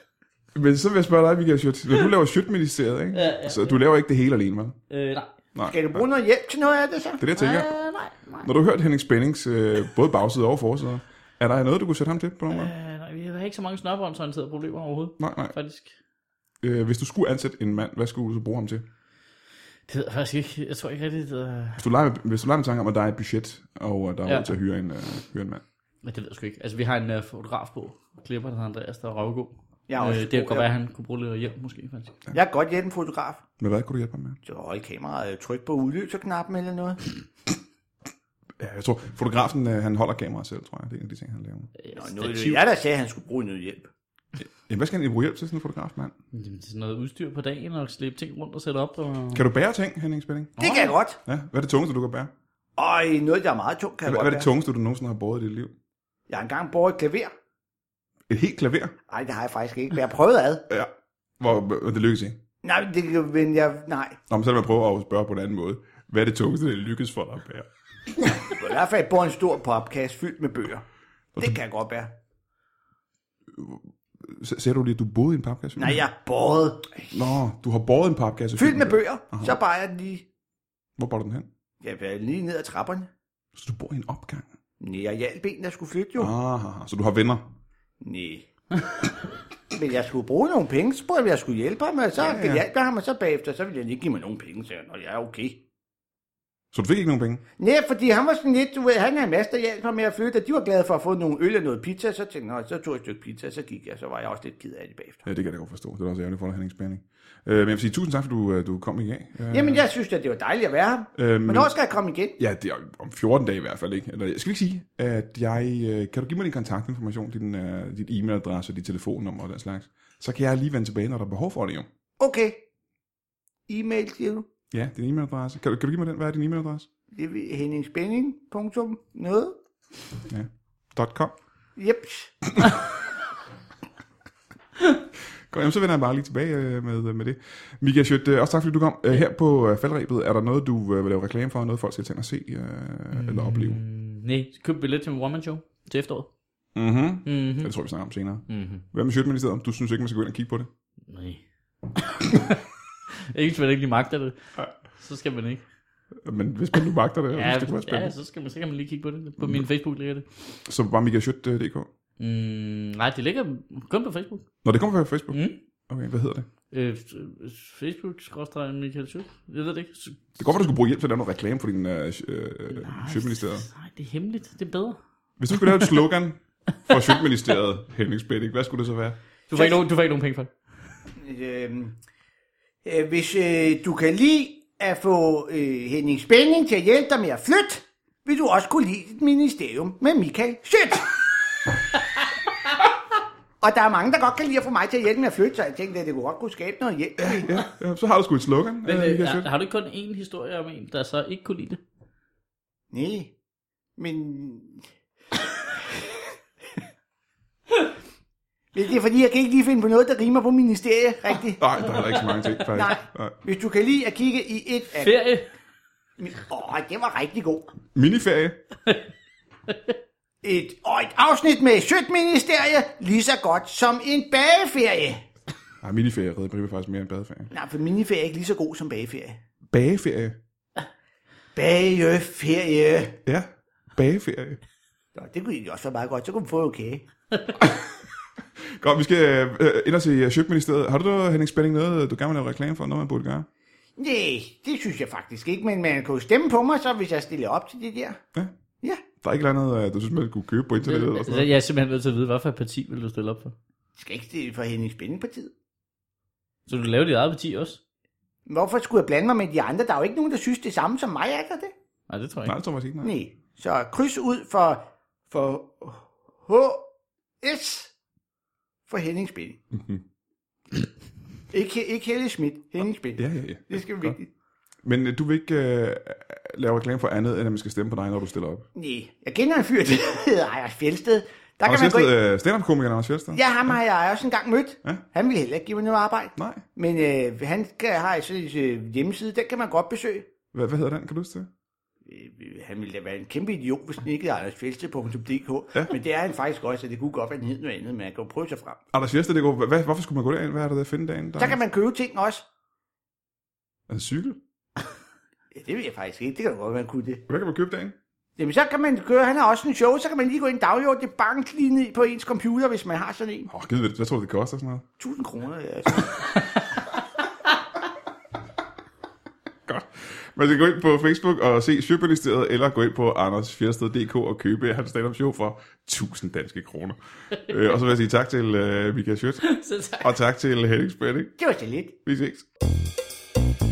[SPEAKER 1] Men så vil jeg spørge dig, Michael Schutt. Hvis du laver Schutt-ministeriet, ikke? Ja, ja, så du laver ikke det hele alene, vel?
[SPEAKER 2] Øh, nej.
[SPEAKER 1] Nej.
[SPEAKER 3] Skal du bruge noget hjælp til noget af det så?
[SPEAKER 1] Det er det, jeg tænker.
[SPEAKER 5] Øh, nej, nej.
[SPEAKER 1] Når du har hørt Henning Spændings øh, både bagside og forsider, er der noget, du kunne sætte ham til på nogen måde?
[SPEAKER 5] Øh, nej, vi har ikke så mange snørbåndsorienterede problemer overhovedet,
[SPEAKER 1] Nej, nej.
[SPEAKER 5] faktisk.
[SPEAKER 1] Øh, hvis du skulle ansætte en mand, hvad skulle du så bruge ham til?
[SPEAKER 2] Det ved jeg faktisk ikke. Jeg tror ikke rigtigt, øh, det er...
[SPEAKER 1] Hvis du leger med, hvis du leger med tanken om, at der er et budget, og øh, der er
[SPEAKER 2] Ja.
[SPEAKER 1] ja. råd til at hyre en, øh, hyre en mand.
[SPEAKER 2] Men det ved jeg sgu ikke. Altså, vi har en uh, fotograf på. Klipper, der hedder Andreas, der er røvgod.
[SPEAKER 3] Jeg er
[SPEAKER 2] Øh,
[SPEAKER 3] også
[SPEAKER 2] det kan
[SPEAKER 3] god,
[SPEAKER 2] godt
[SPEAKER 3] ja.
[SPEAKER 2] være, at han kunne bruge lidt hjælp, måske, faktisk.
[SPEAKER 3] Jeg er godt hjælpe en fotograf.
[SPEAKER 1] Men hvad kunne du hjælpe ham med?
[SPEAKER 3] Så hold kameraet øh, tryk på udløserknappen eller noget.
[SPEAKER 1] Ja, jeg tror, fotografen, øh, han holder kameraet selv, tror jeg. Det er en af de ting, han laver.
[SPEAKER 3] Nå, nu
[SPEAKER 2] Øh,
[SPEAKER 3] er det jeg, der sagde, at han skulle bruge noget hjælp.
[SPEAKER 1] Jamen, hvad skal han egentlig bruge hjælp til, sådan en fotograf, mand?
[SPEAKER 2] Jamen, det er sådan noget udstyr på dagen, og slæbe ting rundt og sætte op. Og...
[SPEAKER 1] Kan du bære ting, Henning Spænding?
[SPEAKER 3] Det kan jeg godt.
[SPEAKER 1] Ja, hvad er det tungeste, du kan bære?
[SPEAKER 3] Og i noget, der er meget tungt, kan jeg
[SPEAKER 1] Hvad,
[SPEAKER 3] godt
[SPEAKER 1] hvad er det
[SPEAKER 3] være.
[SPEAKER 1] tungeste, du nogensinde har båret i dit liv?
[SPEAKER 3] Jeg har engang båret et klaver.
[SPEAKER 1] Et helt klaver?
[SPEAKER 3] Nej, det har jeg faktisk ikke, men jeg prøvede ad.
[SPEAKER 1] Ja. Hvor, hvor det lykkedes ikke.
[SPEAKER 3] Nej, men det, men jeg, nej.
[SPEAKER 1] Nå, men så vil jeg prøve at spørge på en anden måde. Hvad er det tungeste, det lykkes for dig at bære?
[SPEAKER 3] Jeg har i hvert fald båret en stor popkasse fyldt med bøger. Det kan jeg godt være.
[SPEAKER 1] S- Sagde du lige, at du boede i en papkasse?
[SPEAKER 3] Nej, jeg har båret
[SPEAKER 1] Nå, du har båret en papkasse.
[SPEAKER 3] fyldt med bøger. Så bare jeg den lige,
[SPEAKER 1] Hvor bar du den hen?
[SPEAKER 3] jeg var lige ned ad trapperne.
[SPEAKER 1] Så du bor i en opgang?
[SPEAKER 3] Nej, jeg hjalp en, der skulle flytte jo.
[SPEAKER 1] Ah, så du har venner?
[SPEAKER 3] Nej. Men jeg skulle bruge nogle penge, så spurgte jeg, om jeg skulle hjælpe ham, og så ja,
[SPEAKER 1] ja.
[SPEAKER 3] ja. hjalp jeg ham, og så bagefter, så ville jeg ikke give mig nogen penge, så jeg, nå, jeg er okay.
[SPEAKER 1] Så du fik ikke nogen penge?
[SPEAKER 3] Nej, fordi han var sådan lidt, du ved, han havde masser af hjælp med at flytte, og de var glade for at få nogle øl og noget pizza, så tænkte jeg, "Nå, så tog jeg et stykke pizza, så gik jeg, så var jeg også lidt ked af det bagefter.
[SPEAKER 1] Ja, det kan jeg da godt forstå. Det er også ærgerligt for dig, Henning Spænding. Øh, men jeg vil sige, tusind tak, fordi du, øh, du kom i dag. Øh,
[SPEAKER 3] Jamen, jeg synes at det var dejligt at være her.
[SPEAKER 1] øh, men,
[SPEAKER 3] Hvornår skal jeg komme igen?
[SPEAKER 1] Ja, det er om 14 dage i hvert fald, ikke? Eller, jeg skal vi ikke sige, at jeg... øh, Kan du give mig din kontaktinformation, din, øh, dit e-mailadresse og dit telefonnummer og den slags? Så kan jeg lige vende tilbage, når der er behov for det, jo.
[SPEAKER 3] Okay. E-mail, siger du?
[SPEAKER 1] Ja, din e-mailadresse. Kan du, kan du give mig den? Hvad er din e-mailadresse?
[SPEAKER 3] Det er Henning Spænding, punktum, noget.
[SPEAKER 1] Ja. Dot .com.
[SPEAKER 3] Jeps.
[SPEAKER 1] Godt, jamen, så vender jeg bare lige tilbage øh, med, med det. Mika Schødt, øh, også tak fordi du kom. Øh, Her på øh, faldrebet, er der noget, du øh, vil lave reklame for? Noget folk skal tage ind og se øh, eller opleve?
[SPEAKER 2] Mm, nej, køb billet til en one-man show til efteråret.
[SPEAKER 1] Mm-hmm.
[SPEAKER 2] Mm-hmm.
[SPEAKER 1] Det tror jeg, vi snakker om senere.
[SPEAKER 2] Mm-hmm.
[SPEAKER 1] Hvad med Sjøtministeriet? Du synes ikke, man skal gå ind og kigge på det?
[SPEAKER 2] Nej. ikke, hvis man ikke lige magter det. Så skal man ikke.
[SPEAKER 1] Men hvis man nu magter det, ja,
[SPEAKER 2] Ja,
[SPEAKER 1] det kunne være
[SPEAKER 2] ja
[SPEAKER 1] spændende.
[SPEAKER 2] så, skal man, så kan man lige kigge på det. På min Facebook ligger det.
[SPEAKER 1] Ja. Så bare mikasjøt.dk.
[SPEAKER 2] Mm, nej, det ligger kun på Facebook.
[SPEAKER 1] Når det kommer fra Facebook?
[SPEAKER 2] Mm.
[SPEAKER 1] Okay, hvad hedder det?
[SPEAKER 2] Øh, Facebook skråstrej Michael Schødt. Jeg ved det ikke. Så-
[SPEAKER 1] Det går, at du skulle bruge hjælp til at lave noget reklame for din øh, øh, Sjøtministeriet.
[SPEAKER 2] Nej, det er hemmeligt. Det er bedre.
[SPEAKER 1] Hvis du skulle lave et slogan for Sjøtministeriet, Henning Spænding, hvad skulle det så være?
[SPEAKER 2] Du får, ikke nogen, du får ikke nogen penge for det.
[SPEAKER 3] Øhm, øh, hvis øh, du kan lide at få øh, Henning Spænding til at hjælpe dig med at flytte, vil du også kunne lide et ministerium med Michael Schødt. Og der er mange, der godt kan lide at få mig til at hjælpe med at flytte, så jeg tænkte, at det kunne godt kunne skabe noget hjælp.
[SPEAKER 1] Ja, ja, så har du sgu et slogan, øh,
[SPEAKER 2] Men, øh,
[SPEAKER 1] Michael Schødt.
[SPEAKER 2] har, har du ikke kun én historie om en, der så ikke kunne lide det?
[SPEAKER 3] Nej, men... Men det er fordi, jeg kan ikke lige finde på noget, der rimer på ministerie, rigtigt.
[SPEAKER 1] Nej, der er heller ikke så mange ting, faktisk.
[SPEAKER 3] Nej.
[SPEAKER 1] Nej.
[SPEAKER 3] Hvis du kan lide at kigge i et af...
[SPEAKER 2] Ferie?
[SPEAKER 3] Åh, oh, det var rigtig god.
[SPEAKER 1] Miniferie.
[SPEAKER 3] Et, og et afsnit med Sødministerie, lige så godt som en bageferie.
[SPEAKER 1] Nej, miniferie redder Bribe faktisk mere end badeferie.
[SPEAKER 3] Nej, for miniferie er ikke lige så god som bageferie.
[SPEAKER 1] Bageferie.
[SPEAKER 3] Bageferie.
[SPEAKER 1] Ja, bageferie.
[SPEAKER 3] Nå, det kunne egentlig også være meget godt, så kunne man få en kage.
[SPEAKER 1] Godt, vi skal øh, ind og se Sjøtministeriet. Har du, noget, Henning Spænding, noget, du gerne vil lave reklame for, noget man burde gøre?
[SPEAKER 3] Nej, det synes jeg faktisk ikke, men man kan jo stemme på mig, så hvis jeg stiller op til det der.
[SPEAKER 1] Ja.
[SPEAKER 3] Ja,
[SPEAKER 1] Der er ikke noget, andet, øh, du synes, man kunne købe på internettet? eller sådan
[SPEAKER 2] Altså,
[SPEAKER 1] noget?
[SPEAKER 2] jeg er simpelthen nødt til at vide, hvad for et parti vil du stille op for?
[SPEAKER 3] jeg skal ikke stille for Henning Spændingpartiet.
[SPEAKER 2] Så du laver dit eget parti også?
[SPEAKER 3] Hvorfor skulle jeg blande mig med de andre? Der er jo ikke nogen, der synes det samme som mig, er der det?
[SPEAKER 2] Nej, det tror jeg
[SPEAKER 1] Nej,
[SPEAKER 2] ikke.
[SPEAKER 1] det tror jeg faktisk ikke. Nej.
[SPEAKER 3] Nej, så kryds ud for, for HS for Henning Spænding. ikke, ikke Helle Schmidt, Henning Spænding.
[SPEAKER 1] Ja, ja, ja.
[SPEAKER 3] Det skal være vigtigt.
[SPEAKER 1] Men øh, du vil ikke øh, lave reklame for andet, end at man skal stemme på dig, når du stiller op.
[SPEAKER 3] Nej, jeg kender en fyr, der hedder Ejers Fjeldsted. Der
[SPEAKER 1] Anders
[SPEAKER 3] kan man gå ind.
[SPEAKER 1] Fjelsted, øh, stand-up-komikeren Anders Fjelsted?
[SPEAKER 3] Ja, ham har jeg også engang mødt.
[SPEAKER 1] Ja.
[SPEAKER 3] Han ville heller ikke give mig noget arbejde.
[SPEAKER 1] Nej.
[SPEAKER 3] Men øh, han kan- har sådan en øh, hjemmeside, den kan man godt besøge.
[SPEAKER 1] Hvad, hvad hedder den, kan du huske det?
[SPEAKER 3] Øh, Han ville da være en kæmpe idiot, hvis han ikke hedder andersfjeldsted.dk. Ja. Men det er han faktisk også, og det kunne godt være, at den hed noget andet, men han kan jo prøve sig frem.
[SPEAKER 1] Anders Fjelsted, det går, hvad, hvorfor skulle man gå derind? Hvad er der der at finde dagen? Der,
[SPEAKER 3] Så kan man købe ting også.
[SPEAKER 1] Altså cykel?
[SPEAKER 3] Ja, det ved jeg faktisk ikke. Det kan da godt være, man kunne det.
[SPEAKER 1] Hvad kan man købe dagen?
[SPEAKER 3] Jamen, så kan man gøre, han har også en show, så kan man lige gå ind daglig over det banklinje på ens computer, hvis man har sådan en.
[SPEAKER 1] Åh, oh, hvad tror du, det koster sådan noget?
[SPEAKER 3] 1000 kroner. Altså.
[SPEAKER 1] Godt. Man skal gå ind på Facebook og se Sjøbministeriet, eller gå ind på andersfjersted.dk og købe hans stand show for 1000 danske kroner. øh, og så vil jeg sige tak til øh, Michael Schødt,
[SPEAKER 5] Så tak.
[SPEAKER 1] og tak til Henning Spænding.
[SPEAKER 3] Det var så lidt.
[SPEAKER 1] Vi ses.